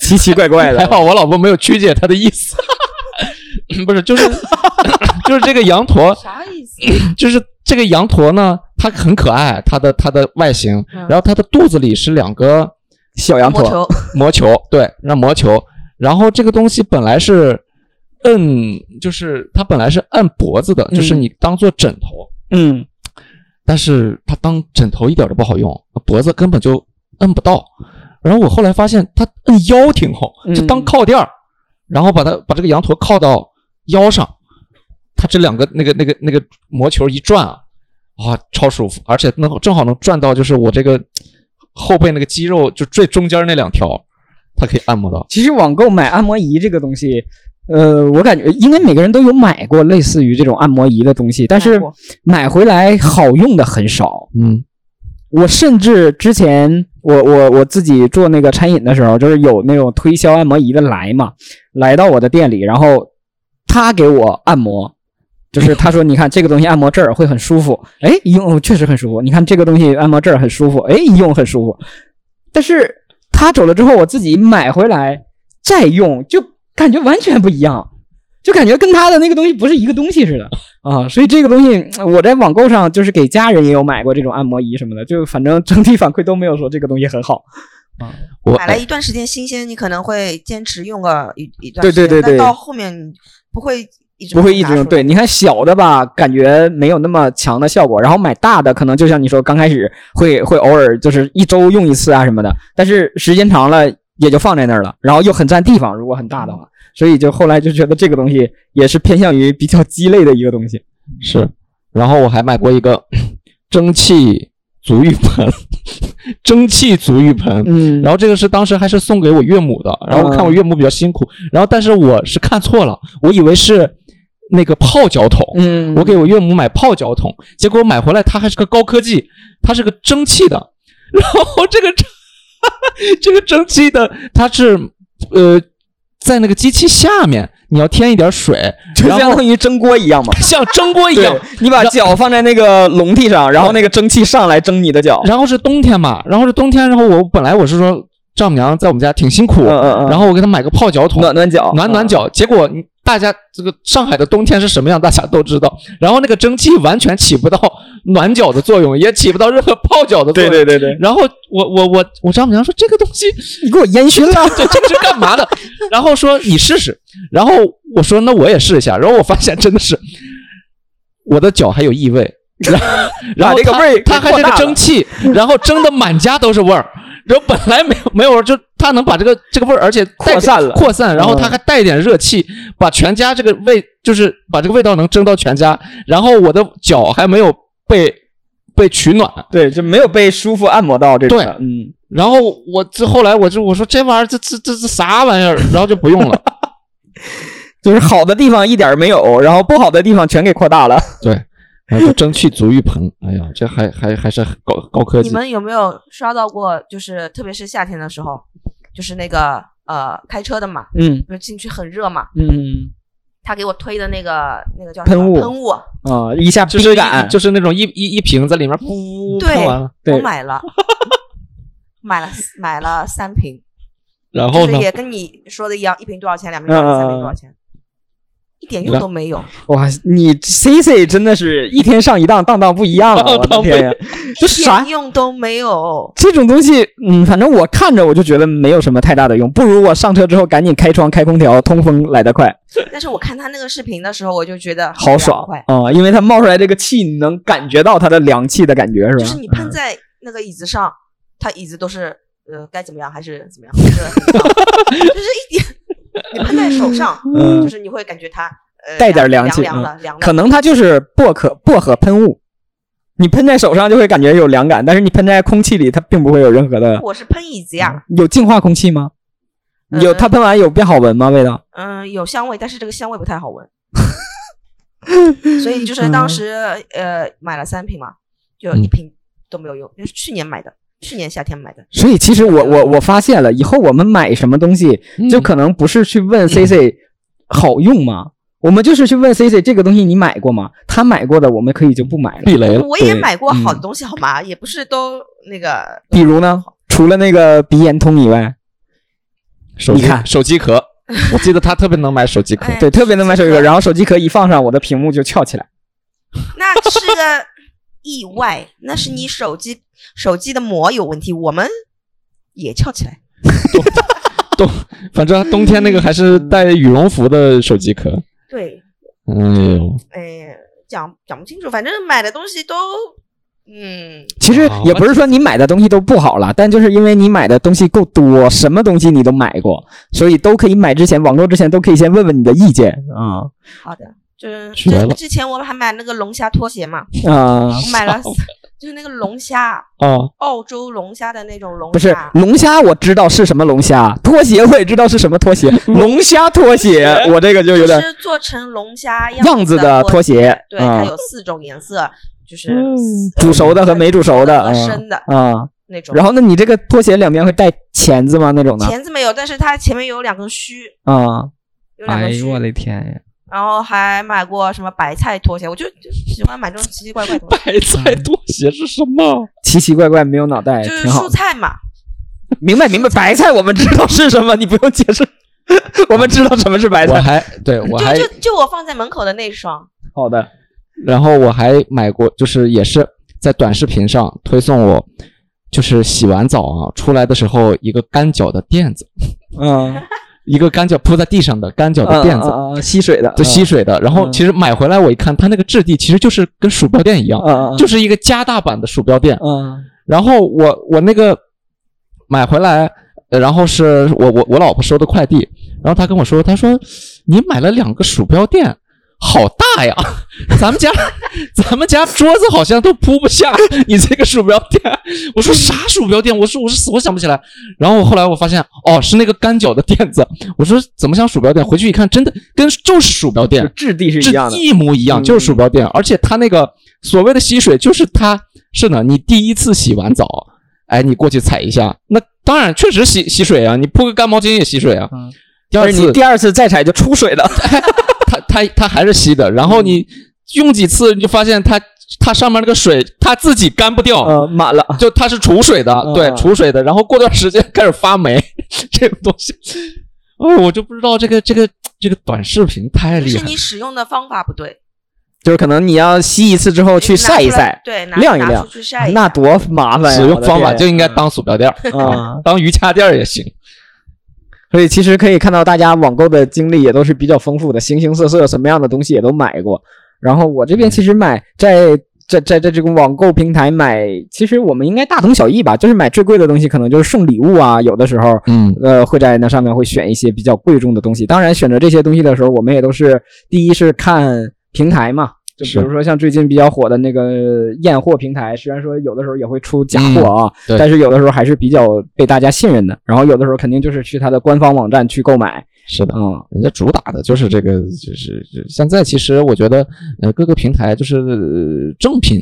Speaker 1: 奇奇怪怪
Speaker 2: 还
Speaker 1: 的，
Speaker 2: 好我老婆没有曲解她的意思， *laughs* 不是就是 *coughs* 就是这个羊驼，
Speaker 3: 啥意思？
Speaker 2: 就是这个羊驼呢，它很可爱，它的它的外形，
Speaker 3: 嗯
Speaker 2: 然后它的肚子里是两个
Speaker 1: 小羊
Speaker 3: 摸
Speaker 1: 驼，
Speaker 3: 球，
Speaker 2: 魔球，对，让魔球。然后这个东西本来是摁，就是它本来是摁脖子的，
Speaker 1: 嗯
Speaker 2: 就是你当做枕头，
Speaker 1: 嗯，
Speaker 2: 但是它当枕头一点都不好用，脖子根本就摁不到。然后我后来发现它摁腰挺好，
Speaker 1: 嗯
Speaker 2: 就当靠垫儿，然后把它把这个羊驼靠到腰上，它这两个那个那个那个魔球一转啊，啊超舒服，而且能正好能转到就是我这个后背那个肌肉就最中间那两条，它可以按摩到。
Speaker 1: 其实网购买按摩仪这个东西，呃，我感觉应该每个人都有买过类似于这种按摩仪的东西，但是
Speaker 3: 买过
Speaker 1: 买回来好用的很少。
Speaker 2: 嗯，
Speaker 1: 我甚至之前我我我自己做那个餐饮的时候，就是有那种推销按摩仪的来嘛，来到我的店里，然后他给我按摩。就是他说，你看这个东西按摩这儿会很舒服，哎，一用确实很舒服。你看这个东西按摩这儿很舒服，哎，一用很舒服。但是他走了之后，我自己买回来再用，就感觉完全不一样，就感觉跟他的那个东西不是一个东西似的啊。所以这个东西嗯我在网购上就是给家人也有买过这种按摩仪什么的，就反正整体反馈都没有说这个东西很好。
Speaker 2: 我
Speaker 3: 买来
Speaker 2: 哎
Speaker 3: 一段时间新鲜，你可能会坚持用个一一段
Speaker 1: 对
Speaker 3: 时
Speaker 1: 对
Speaker 3: 间，
Speaker 1: 对对
Speaker 3: 但到后面你不会一直
Speaker 1: 不会一直
Speaker 3: 拿
Speaker 1: 用。
Speaker 3: 出
Speaker 1: 对，
Speaker 3: 来
Speaker 1: 你看小的吧，感觉没有那么强的效果，然后买大的，可能就像你说，刚开始会会偶尔就是一周用一次啊什么的，但是时间长了也就放在那儿了，然后又很占地方，如果很大的话，所以就后来就觉得这个东西也是偏向于比较鸡肋的一个东西。
Speaker 2: 是，然后我还买过一个 *coughs* 蒸汽足浴盆， *laughs* 蒸汽足浴盆。
Speaker 1: 嗯
Speaker 2: 然后这个是当时还是送给我岳母的，然后我看我岳母比较辛苦，然后但是我是看错了，我以为是那个泡脚桶，
Speaker 1: 嗯，
Speaker 2: 我给我岳母买泡脚桶，结果买回来它还是个高科技，它是个蒸汽的， *laughs* 然后这个蒸 *laughs* 这个蒸汽的它是呃在那个机器下面，你要添一点水，
Speaker 1: 就
Speaker 2: 然
Speaker 1: 相
Speaker 2: 后
Speaker 1: 当于蒸锅一样嘛。
Speaker 2: *laughs* 像蒸锅一样
Speaker 1: *laughs* 对，，你把
Speaker 2: 然
Speaker 1: 脚放在那个笼屉上，然后那个蒸汽上来蒸你的脚。
Speaker 2: 然后是冬天嘛，然后是冬天，然后我本来我是说丈母娘在我们家挺辛苦，
Speaker 1: 嗯嗯嗯，
Speaker 2: 然后我给她买个泡脚桶
Speaker 1: 暖暖脚，啊
Speaker 2: 暖暖脚，结果你大家这个上海的冬天是什么样，大家都知道。然后那个蒸汽完全起不到暖脚的作用，也起不到任何泡脚的作
Speaker 1: 对
Speaker 2: 用。
Speaker 1: 对对对，
Speaker 2: 然后我我我我丈母娘说这个东西
Speaker 1: *laughs* 你给我烟
Speaker 2: *laughs*
Speaker 1: 熏了。
Speaker 2: 这这个是干嘛的？然后说你试试，然后我说那我也试一下，然后我发现真的是我的脚还有异
Speaker 1: *laughs*
Speaker 2: 味，然后然
Speaker 1: 啊把
Speaker 2: 后
Speaker 1: 这个
Speaker 2: 它
Speaker 1: 味儿给
Speaker 2: 它还
Speaker 1: 扩
Speaker 2: 是
Speaker 1: 大
Speaker 2: 个
Speaker 1: 了
Speaker 2: 蒸汽，然后蒸的满家都是味儿，然后本来没有没有味儿，就它能把这个这个味儿，而且带
Speaker 1: 扩散了
Speaker 2: 扩散，然后它
Speaker 1: 嗯
Speaker 2: 还带一点热气，把全家这个味就是把这个味道能蒸到全家，然后我的脚还没有被被取暖，
Speaker 1: 对，就没有被舒服按摩到这种的。
Speaker 2: 对
Speaker 1: 嗯，
Speaker 2: 然后我这后来我就我说这玩意儿这这这这啥玩意儿，然后就不用 *laughs* 了。
Speaker 1: 就是好的地方一点儿没有，然后不好的地方全给扩大了。
Speaker 2: 然后就蒸汽足浴盆，哎呀，这还还还是高高科技
Speaker 3: 你。们有没有刷到过？就是特别是夏天的时候，就是那个呃开车的嘛，
Speaker 1: 嗯
Speaker 3: 不是进去很热嘛，
Speaker 1: 嗯
Speaker 3: 他给我推的那个那个叫什么
Speaker 1: 喷雾
Speaker 3: 喷雾，
Speaker 1: 啊、一下
Speaker 2: 嗯就是
Speaker 1: 逼
Speaker 2: 一
Speaker 1: 感，
Speaker 2: 就是那种一一一瓶子里面噗
Speaker 3: 对
Speaker 2: 喷完了，
Speaker 1: 对
Speaker 3: 我
Speaker 1: *laughs*
Speaker 3: 买了，买了买了三瓶，
Speaker 2: 然
Speaker 3: 就
Speaker 2: 后
Speaker 3: 是
Speaker 2: 呢，
Speaker 3: 也跟你说的一样，一瓶多少钱，两瓶
Speaker 1: 嗯
Speaker 3: 多少钱，三瓶多少钱，一点用都没有。
Speaker 1: 哇，你 C C 真的是一天上一当，当当不一
Speaker 2: *laughs* 哦
Speaker 1: 样了，啊我的天呀！这
Speaker 3: 一
Speaker 1: 啥
Speaker 3: 点用都没有。
Speaker 1: 这种东西，嗯，反正我看着我就觉得没有什么太大的用，不如我上车之后赶紧开窗开空调，通风来得快，
Speaker 3: 但是我看他那个视频的时候，我就觉得
Speaker 1: 好
Speaker 3: 凉
Speaker 1: 爽
Speaker 3: 快，
Speaker 1: 啊、因为它冒出来这个气，你能感觉到它的凉气的感觉，是吧？嗯
Speaker 3: 就是你喷在那个椅子上，它椅子都是呃该怎么样还是怎么样，就是很爽就是一点。你喷在手上，
Speaker 1: *laughs* 嗯
Speaker 3: 就是你会感觉它呃
Speaker 1: 带点凉
Speaker 3: 凉
Speaker 1: 气嗯
Speaker 3: 凉的凉的
Speaker 1: 可。能它就是薄荷薄荷喷雾，你喷在手上就会感觉有凉感，但是你喷在空气里，它并不会有任何的。
Speaker 3: 我是喷椅子呀，
Speaker 1: 有净化空气吗？有，
Speaker 3: 嗯
Speaker 1: 它喷完有变好闻吗？味道？
Speaker 3: 嗯，有香味，但是这个香味不太
Speaker 1: *laughs*
Speaker 3: 好闻。所以就是
Speaker 1: 嗯
Speaker 3: 当时呃买了三瓶嘛，就一
Speaker 2: 嗯
Speaker 3: 瓶都没有用，就是去年买的，去年夏天买的。
Speaker 1: 所以其实我我我发现了，以后我们买什么东西，
Speaker 2: 嗯
Speaker 1: 就可能不是去
Speaker 3: *clears throat*
Speaker 1: 问 C C 好用吗？我们就是去问 C C 这个东西你买过吗？他买过的我们可以就不买了。
Speaker 2: 避雷了。
Speaker 3: 我也
Speaker 1: 哎对
Speaker 3: 买过好的
Speaker 1: 嗯
Speaker 3: 东西，好吗？也不是都那个。
Speaker 1: 比如呢，除了那个鼻炎通以外，
Speaker 2: 手机
Speaker 1: 你看
Speaker 2: 手机壳，我记得他特别能买手机壳。
Speaker 3: 哎
Speaker 1: 对，特别能买手机
Speaker 3: 这
Speaker 1: 壳，
Speaker 3: 个
Speaker 1: 然后手机壳一放上，我的屏幕就翘起来。
Speaker 3: *laughs* 那是个意外，那是你手机手机的膜有问题，我们也翘起来。
Speaker 2: 反正冬天那个还是带羽绒服的手机壳。
Speaker 3: 对，
Speaker 2: 哎呦，
Speaker 3: 哎，讲讲不清楚，反正买的东西都，嗯，
Speaker 1: 其实
Speaker 2: 啊
Speaker 1: 也不是说你买的东西都不好了，但就是因为你买的东西够多，什么东西你都买过，所以都可以买之前，网购之前都可以先问问你的意见啊
Speaker 3: 好的，就是
Speaker 2: 学
Speaker 3: 之
Speaker 2: 了
Speaker 3: 之前我还买那个龙虾拖鞋 *laughs* 嘛，
Speaker 1: 啊、
Speaker 3: 我买了， *laughs* 就是那个龙虾，
Speaker 2: 啊，
Speaker 3: 澳洲龙虾的那种龙虾，
Speaker 1: 不是龙虾，我知道是什么龙虾，拖鞋我也知道是什么拖鞋，龙虾拖鞋，我这个就有
Speaker 3: 就
Speaker 1: 点
Speaker 3: 是做成龙虾
Speaker 1: 样子的拖
Speaker 3: 拖嗯
Speaker 1: 鞋
Speaker 3: 对，
Speaker 1: 啊
Speaker 3: 它有四种颜色，就是
Speaker 2: 嗯
Speaker 3: 呃
Speaker 1: 煮熟的和没煮熟的
Speaker 3: 和
Speaker 1: 啊
Speaker 3: 生的
Speaker 1: 啊。
Speaker 3: 嗯那种。
Speaker 1: 然后那你这个拖鞋两边会带钳子吗？那种的
Speaker 3: 钳子没有，但是它前面有两根须，
Speaker 1: 啊？
Speaker 3: 有两根须。
Speaker 1: 天呀！
Speaker 3: 然后还买过什么白菜拖鞋，我就就喜欢买这种奇奇怪怪的东西，
Speaker 2: 白菜拖鞋是什么？
Speaker 1: 奇奇怪怪，没有脑袋，
Speaker 3: 就是
Speaker 1: 挺好
Speaker 3: 蔬。菜嘛。
Speaker 1: 明白明白，白菜我们知道是什么，你不用解
Speaker 2: *laughs*
Speaker 1: 释，我们知道什么是白
Speaker 2: 我
Speaker 1: 菜。
Speaker 2: 还对我
Speaker 3: 就
Speaker 2: 还，
Speaker 3: 就就我放在门口的那双，
Speaker 1: 好的，
Speaker 2: 然后我还买过，就是也是在短视频上推送我，就是洗完澡啊出来的时候一个干脚的垫子，
Speaker 1: 嗯，
Speaker 2: 一个干脚铺在地上的干脚的垫子。
Speaker 1: 啊，吸水的，
Speaker 2: 就吸水的，然后
Speaker 1: 嗯
Speaker 2: 其实买回来我一看，它那个质地其实就是跟鼠标垫一样，
Speaker 1: 啊，
Speaker 2: 就是一个加大版的鼠标垫。
Speaker 1: 嗯
Speaker 2: 然后我我那个买回来，呃然后是我我我老婆收的快递，然后她跟我说，她说你买了两个鼠标垫，好大呀， *laughs* 咱们家咱们家桌子好像都铺不下你这个鼠标垫。我说啥鼠标垫？我说我是死活想不起来。然后后来我发现，哦，是那个干脚的垫子。我说怎么像鼠标垫？回去一看，真的跟就是鼠标
Speaker 1: 就
Speaker 2: 垫，
Speaker 1: 质地是一
Speaker 2: 这
Speaker 1: 样的。
Speaker 2: 一模一样，
Speaker 1: 嗯
Speaker 2: 就是鼠标垫，而且它那个所谓的吸水，就是它是呢，你第一次洗完澡，哎，你过去踩一下，那当然确实吸吸水啊，你铺个干毛巾也吸水啊。
Speaker 1: 嗯
Speaker 2: 第二
Speaker 1: 但是你
Speaker 2: 次
Speaker 1: 第二次再踩就出水了。
Speaker 2: 它它它还是吸的，然后你用几次你就发现它它上面那个水它自己干不掉。
Speaker 1: 呃，满了。
Speaker 2: 就它是储水的，
Speaker 1: 嗯
Speaker 2: 对，
Speaker 1: 嗯
Speaker 2: 储水的。然后过段时间开始发霉， *laughs* 这个东西，哦，我就不知道这个这个这个短视频太
Speaker 3: 就
Speaker 2: 厉
Speaker 3: 是
Speaker 2: 害了
Speaker 3: 你。使用的方法不对。
Speaker 1: 就是可能你要吸一次之后去
Speaker 3: 拿出
Speaker 1: 晒一
Speaker 3: 来
Speaker 1: 晒，
Speaker 3: 对，拿
Speaker 1: 晾一
Speaker 3: 拿
Speaker 1: 晾
Speaker 3: 出去晒一
Speaker 1: 那
Speaker 3: 下
Speaker 1: 多麻烦呀！
Speaker 2: 使用方
Speaker 1: 我
Speaker 2: 法
Speaker 1: 的天嗯
Speaker 2: 就应该当鼠标垫儿
Speaker 1: 啊，
Speaker 2: 当瑜伽垫儿也行。
Speaker 1: 所以其实可以看到大家网购的经历也都是比较丰富的，形形色色，什么样的东西也都买过。然后我这边其实买在在在在这个网购平台买，其实我们应该大同小异吧，就是买最贵的东西，可能就是送礼物啊，有的时候
Speaker 2: 嗯
Speaker 1: 呃，会在那上面会选一些比较贵重的东西。当然，选择这些东西的时候，我们也都是第一是看平台嘛，就是比如说像最近比较火的那个验货平台，虽然说有的时候也会出假货啊，
Speaker 2: 嗯对
Speaker 1: 但是有的时候还是比较被大家信任的。然后有的时候肯定就是去它的官方网站去购买，
Speaker 2: 是的，
Speaker 1: 嗯，
Speaker 2: 人家主打的就是这个，就是就是现在其实我觉得，呃，各个平台就是、呃正品，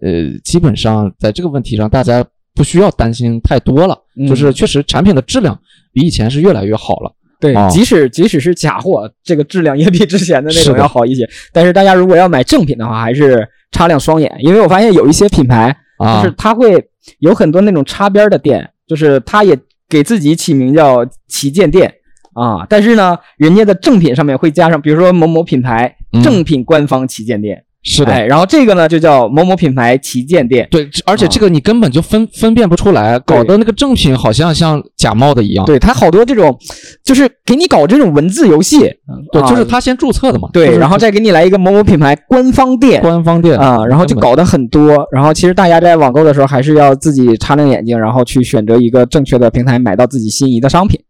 Speaker 2: 呃，基本上在这个问题上大家不需要担心太多了，
Speaker 1: 嗯
Speaker 2: 就是确实产品的质量比以前是越来越好了。
Speaker 1: 对，
Speaker 2: 哦
Speaker 1: 即使即使是假货，这个质量也比之前的那
Speaker 2: 是
Speaker 1: 种
Speaker 2: 的
Speaker 1: 要好一些。但是大家如果要买正品的话，还是擦亮双眼，因为我发现有一些品牌，
Speaker 2: 啊，
Speaker 1: 就是它会有很多那种擦边的店，就是它也给自己起名叫旗舰店啊，但是呢，人家的正品上面会加上，比如说某某品牌
Speaker 2: 嗯
Speaker 1: 正品官方旗舰店，
Speaker 2: 是的，
Speaker 1: 哎，然后这个呢就叫某某品牌旗舰店。
Speaker 2: 对，这
Speaker 1: 啊
Speaker 2: 而且这个你根本就分分辨不出来，搞得那个正品好像像假冒的一样。
Speaker 1: 对它好多这种，就是给你搞这种文字游戏，
Speaker 2: 嗯对，
Speaker 1: 啊
Speaker 2: 就是他先注册的嘛，就
Speaker 1: 对，
Speaker 2: 是
Speaker 1: 然后再给你来一个某某品牌官方店，
Speaker 2: 官方店
Speaker 1: 啊，然后就
Speaker 2: 根本
Speaker 1: 搞得很多。然后其实大家在网购的时候，还是要自己擦亮眼睛，然后去选择一个正确的平台买到自己心仪的商品。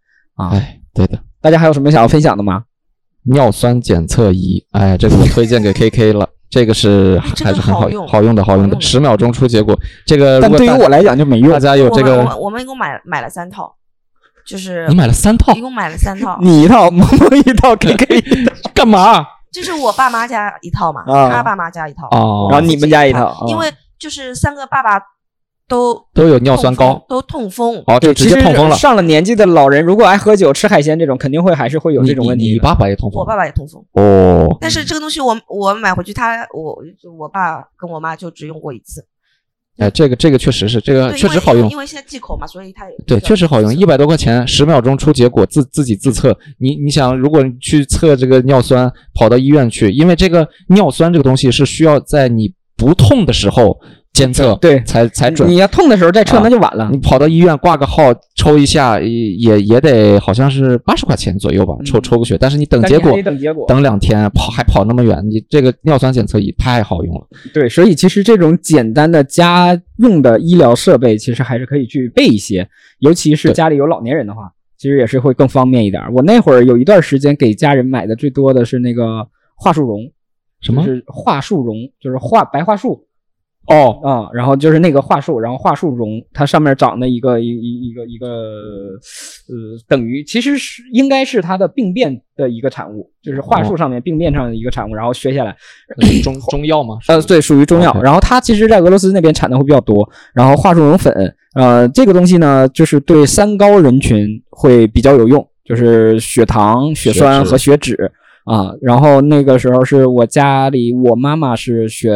Speaker 2: 哎，对的，
Speaker 1: 大家还有什么想要分享的吗？
Speaker 2: 尿酸检测仪，哎，这个我推荐
Speaker 3: *laughs*
Speaker 2: 给 KK 了。这个是
Speaker 3: 哎真的
Speaker 2: 还是很
Speaker 3: 好
Speaker 2: 好
Speaker 3: 用
Speaker 2: 好用的，好用
Speaker 3: 好用
Speaker 2: 的，
Speaker 3: 的
Speaker 2: 十秒钟出结果。这个如
Speaker 1: 但
Speaker 2: 果
Speaker 1: 对于
Speaker 2: 大
Speaker 1: 我来讲就没用
Speaker 2: 大。家有
Speaker 3: 我
Speaker 2: 这
Speaker 3: 们我
Speaker 2: 个，
Speaker 3: 们我们一共买了买了三套，就是
Speaker 2: 你买了三套
Speaker 3: 一，共买了三套，
Speaker 1: *laughs* 你一套，萌萌一套，KK *laughs* 一套，
Speaker 2: 干嘛？啊
Speaker 3: 就是我爸妈家一套嘛，
Speaker 1: 啊
Speaker 3: 他爸妈家一套，
Speaker 2: 哦，
Speaker 1: 然后你们家一
Speaker 3: 套，
Speaker 1: 套，哦
Speaker 3: 因为就是三个爸爸都
Speaker 2: 都有尿酸
Speaker 3: 痛
Speaker 2: 高
Speaker 3: 风，都痛风，
Speaker 2: 哦，就
Speaker 1: 对，
Speaker 2: 直
Speaker 1: 其
Speaker 2: 接
Speaker 1: 实
Speaker 2: 痛风了。
Speaker 1: 上了年纪的老人，如果爱喝酒、吃海鲜这种，肯定会还是会有
Speaker 2: 你
Speaker 1: 这种问
Speaker 2: 你
Speaker 1: 题
Speaker 2: 你
Speaker 1: 的。
Speaker 2: 爸爸也痛风
Speaker 3: 我爸爸也痛风。
Speaker 2: 哦，
Speaker 3: 但是这个东西我我买回去他，我就我爸跟我妈就只用过一次，
Speaker 2: 哎，这个这个确实是，这个
Speaker 3: 对
Speaker 2: 呃确实
Speaker 3: 因为
Speaker 2: 好用
Speaker 3: 因，为现在忌口嘛，所以他也
Speaker 2: 对，确实好用，一百多块钱，十秒钟出结果，自自己自测。你你想，如果你去测这个尿酸，跑到医院去，因为这个尿酸这个东西是需要在你不痛的时候监测，
Speaker 1: 对
Speaker 2: 才才准。
Speaker 1: 你要痛的时候再测，
Speaker 2: 啊
Speaker 1: 那就晚了
Speaker 2: 你。跑到医院挂个号抽一下，也也也得好像是八十块钱左右吧，抽
Speaker 1: 嗯
Speaker 2: 抽个血。但是你等
Speaker 1: 但
Speaker 2: 结
Speaker 1: 你还
Speaker 2: 果
Speaker 1: 得，等结果，
Speaker 2: 等两天跑还跑那么远，你这个尿酸检测仪太好用了。
Speaker 1: 对，所以其实这种简单的家用的医疗设备，其实还是可以去备一些，尤其是
Speaker 2: 对
Speaker 1: 家里有老年人的话，其实也是会更方便一点儿。我那会儿有一段时间给家人买的最多的是那个桦树茸，
Speaker 2: 什么
Speaker 1: 就？是桦树茸，就是桦白桦树
Speaker 2: 哦，
Speaker 1: 啊、然后就是那个桦树，然后桦树茸，它上面长的一个一一一个一个呃，等于其实是应该是它的病变的一个产物，就是桦树上面病变上的一个产物，然后削下来。
Speaker 2: 中中药吗？
Speaker 1: 呃，对，属于中药。
Speaker 2: OK
Speaker 1: 然后它其实，在俄罗斯那边产的会比较多。然后桦树茸粉，呃，这个东西呢，就是对三高人群会比较有用，就是血糖、血
Speaker 2: 血
Speaker 1: 栓
Speaker 2: 脂
Speaker 1: 和血脂啊。然后那个时候是我家里，我妈妈是血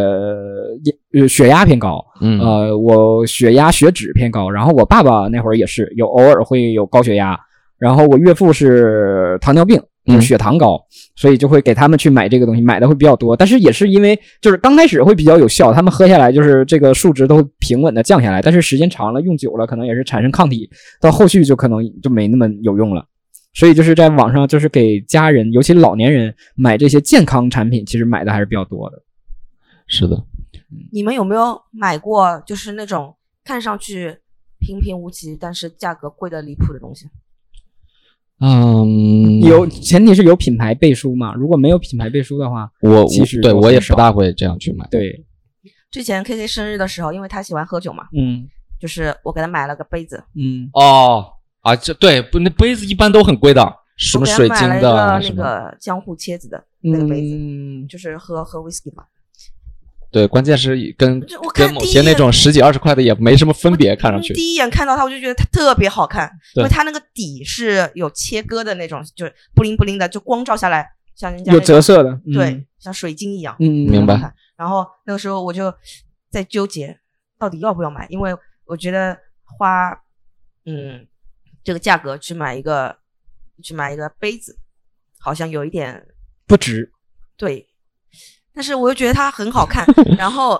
Speaker 1: 呃血压偏高，
Speaker 2: 嗯，
Speaker 1: 呃，我血压、血脂偏高，然后我爸爸那会儿也是有偶尔会有高血压，然后我岳父是糖尿病，就是
Speaker 2: 嗯
Speaker 1: 血糖高，所以就会给他们去买这个东西，买的会比较多。但是也是因为就是刚开始会比较有效，他们喝下来就是这个数值都会平稳的降下来，但是时间长了用久了，可能也是产生抗体，到后续就可能就没那么有用了。所以就是在网上，就是给家人，尤其老年人买这些健康产品，其实买的还是比较多的。
Speaker 2: 是的，
Speaker 3: 你们有没有买过就是那种看上去平平无奇，但是价格贵的离谱的东西？
Speaker 2: 嗯，
Speaker 1: 有前提是有品牌背书嘛，如果没有品牌背书的话，
Speaker 2: 我
Speaker 1: 其
Speaker 2: 我
Speaker 1: 实
Speaker 2: 对
Speaker 1: 都
Speaker 2: 我
Speaker 1: 很
Speaker 2: 也不
Speaker 1: 少
Speaker 2: 大会这样去买。，
Speaker 1: 对，
Speaker 3: 之前 K K 生日的时候，因为他喜欢喝酒嘛，
Speaker 1: 嗯
Speaker 3: 就是我给他买了个杯子，
Speaker 1: 嗯，
Speaker 2: 哦啊，这对不那杯子一般都很贵的，什
Speaker 3: 我
Speaker 2: 么
Speaker 3: 给他
Speaker 2: 水晶
Speaker 3: 买了一
Speaker 2: 的
Speaker 3: 个
Speaker 2: 啊
Speaker 3: 那
Speaker 2: 什么，
Speaker 3: 个江户切子的那个杯子，
Speaker 1: 嗯，
Speaker 3: 就是喝喝 whisky 嘛。
Speaker 2: 对，关键是跟
Speaker 3: 这我看
Speaker 2: 跟某
Speaker 3: 第一
Speaker 2: 些那
Speaker 3: 眼
Speaker 2: 种十几二十块的也没什么分别，
Speaker 3: 我
Speaker 2: 看上
Speaker 3: 嗯
Speaker 2: 去
Speaker 3: 第一眼看到它，我就觉得它特别好看，
Speaker 2: 对
Speaker 3: 因为它那个底是有切割的那种，就是布灵布灵的，就光照下来像人家
Speaker 1: 有
Speaker 3: 那
Speaker 1: 折
Speaker 3: 种，
Speaker 1: 射的，嗯
Speaker 3: 对，，像水晶一样，
Speaker 1: 嗯，
Speaker 2: 明白
Speaker 3: 很好看。然后那个时候我就在纠结到底要不要买，因为我觉得花嗯这个价格去买一个去买一个杯子，好像有一点
Speaker 1: 不值，
Speaker 3: 对，但是我又觉得它很好看，然后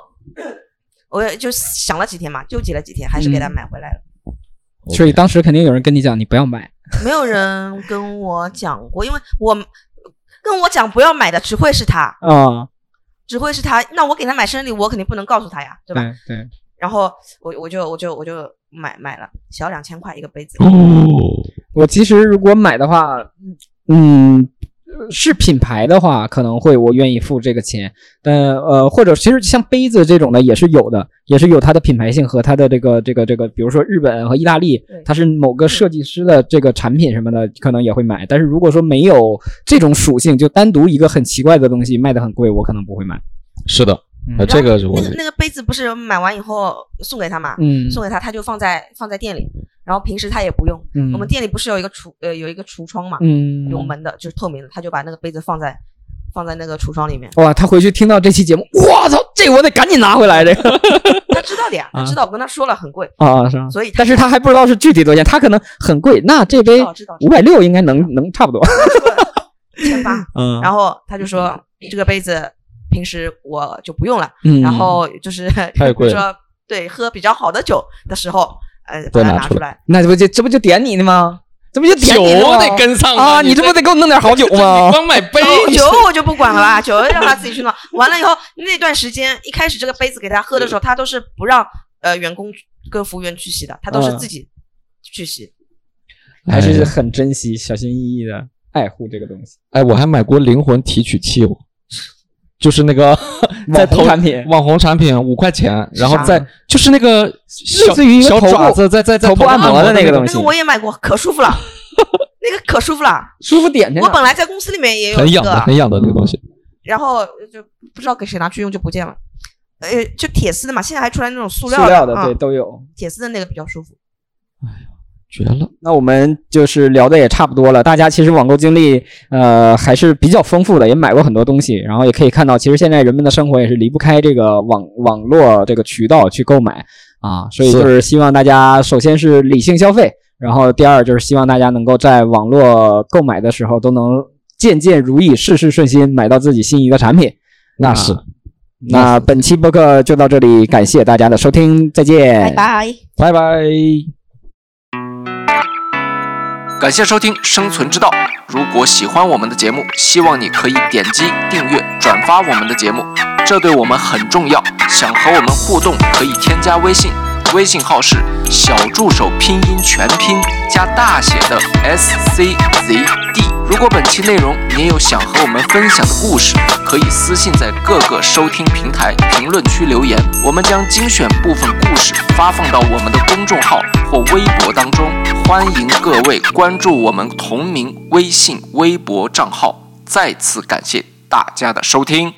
Speaker 3: 我也就想了几天嘛，纠结了几天，还是给它
Speaker 1: 嗯
Speaker 3: 买回来了。
Speaker 2: OK
Speaker 1: 所以当时肯定有人跟你讲，你不要买，
Speaker 3: 没有人跟我讲过，因为我跟我讲不要买的只会是他，
Speaker 1: 啊，
Speaker 3: 只会是他。那我给他买生日礼，我肯定不能告诉他呀，对吧？
Speaker 1: 对对，
Speaker 3: 然后我我就我就我就买买了，小两
Speaker 1: 哦
Speaker 3: 千块一个杯子。
Speaker 2: 哦，
Speaker 1: 我其实如果买的话，嗯，是品牌的话，可能会我愿意付这个钱，但呃，或者其实像杯子这种的也是有的，也是有它的品牌性和它的这个这个这个，比如说日本和意大利
Speaker 3: 对，
Speaker 1: 它是某个设计师的这个产品什么的，可能也会买。但是如果说没有这种属性，就单独一个很奇怪的东西卖的很贵，我可能不会买。
Speaker 2: 是的，
Speaker 1: 嗯
Speaker 2: 呃这个是我
Speaker 3: 那个那个杯子不是买完以后送给他嘛？
Speaker 1: 嗯
Speaker 3: 送给他，他就放在放在店里，然后平时他也不用。
Speaker 1: 嗯
Speaker 3: 我们店里不是有一个橱呃有一个橱窗嘛，
Speaker 1: 嗯
Speaker 3: 有门的，就是透明的，他就把那个杯子放在放在那个橱窗里面。
Speaker 1: 哇，他回去听到这期节目，我操，这我得赶紧拿回来这
Speaker 3: *laughs*
Speaker 1: 个
Speaker 3: 他知道的呀，
Speaker 1: 啊
Speaker 3: 他知道我跟他说了很贵，
Speaker 1: 啊，是吗？
Speaker 3: 所以
Speaker 1: *laughs*
Speaker 3: 他
Speaker 1: 但是他还不知道是具体多少钱，他可能很贵，那这杯
Speaker 3: 知道知道
Speaker 1: 五百六应该能能差不多。
Speaker 3: 一千八，
Speaker 1: 嗯
Speaker 3: 然后他就说这个杯子平时我就不用了，
Speaker 1: 嗯
Speaker 3: 然后就是
Speaker 2: 太贵
Speaker 3: 比如说对喝比较好的酒的时候，呃，
Speaker 2: 再
Speaker 3: 把它
Speaker 2: 拿
Speaker 3: 拿
Speaker 2: 出
Speaker 3: 出
Speaker 2: 来
Speaker 1: *laughs*
Speaker 3: 来。
Speaker 1: 那这不就这不就点你的吗？这不就点
Speaker 5: 酒
Speaker 1: 你的吗
Speaker 5: 得跟上
Speaker 1: 啊！你
Speaker 5: 你
Speaker 1: 这不得给我弄点好酒
Speaker 5: 这你
Speaker 1: 吗？
Speaker 5: 光买
Speaker 2: *laughs*
Speaker 5: 杯，
Speaker 2: 哦
Speaker 3: 酒哦酒我就不管了吧，酒让他自己
Speaker 1: *laughs*
Speaker 3: 去弄。完了以后，那段时间一开始这个杯子给他喝的时候，他都是不让呃员工跟服务员去洗的，他都是
Speaker 1: 嗯
Speaker 3: 自己去洗。
Speaker 1: 还是
Speaker 2: 哎
Speaker 1: 很珍惜、小心翼翼的爱护这个东西。
Speaker 2: 哎，我还买过灵魂提取器哦，就是那个
Speaker 1: 网
Speaker 2: 在
Speaker 1: 红
Speaker 2: 投
Speaker 1: 产品
Speaker 2: 网红产品五块钱，然后
Speaker 3: 啥
Speaker 2: 再就是
Speaker 1: *laughs*
Speaker 2: 那个小
Speaker 1: 似于一个
Speaker 2: 小
Speaker 1: 头部
Speaker 2: 爪子在在在
Speaker 1: 头部
Speaker 2: 上
Speaker 1: 按摩的那
Speaker 2: 那
Speaker 1: 个东
Speaker 2: 西，
Speaker 1: 西
Speaker 3: 那个我也买过，可舒服了，那个可
Speaker 2: *laughs*
Speaker 3: 舒服了。
Speaker 1: 舒服点去
Speaker 3: 我本来在公司里面也有
Speaker 2: 很
Speaker 3: 一
Speaker 2: 痒的
Speaker 3: 个，
Speaker 2: 很痒的那个东西。
Speaker 3: 然后就不知道给谁拿去用就不见了。呃，就铁丝的嘛，现在还出来那种塑
Speaker 1: 塑
Speaker 3: 料
Speaker 1: 料的
Speaker 3: 啊
Speaker 1: 对都有。
Speaker 3: 铁丝的那个比较舒服。
Speaker 2: 绝了！
Speaker 1: 那我们就是聊的也差不多了，大家其实网购经历呃还是比较丰富的，也买过很多东西，然后也可以看到，其实现在人们的生活也是离不开这个网网络这个渠道去购买啊，所以就是希望大家首先是理性消费，然后第二就是希望大家能够在网络购买的时候都能渐渐如意，事事顺心，买到自己心仪的产品。
Speaker 2: 那是
Speaker 1: 啊那
Speaker 2: 是
Speaker 1: 本期播客就到这里，感谢大家的收听，再见，
Speaker 4: 拜拜。
Speaker 2: 拜拜。
Speaker 5: 感谢收听《生存之道》。如果喜欢我们的节目，希望你可以点击订阅、转发我们的节目，这对我们很重要。想和我们互动，可以添加微信，微信号是小助手拼音全拼加大写的 S C Z D。如果本期内容您有想和我们分享的故事，可以私信在各个收听平台评论区留言，我们将精选部分故事发放到我们的公众号或微博当中。欢迎各位关注我们同名微信、微博账号。再次感谢大家的收听。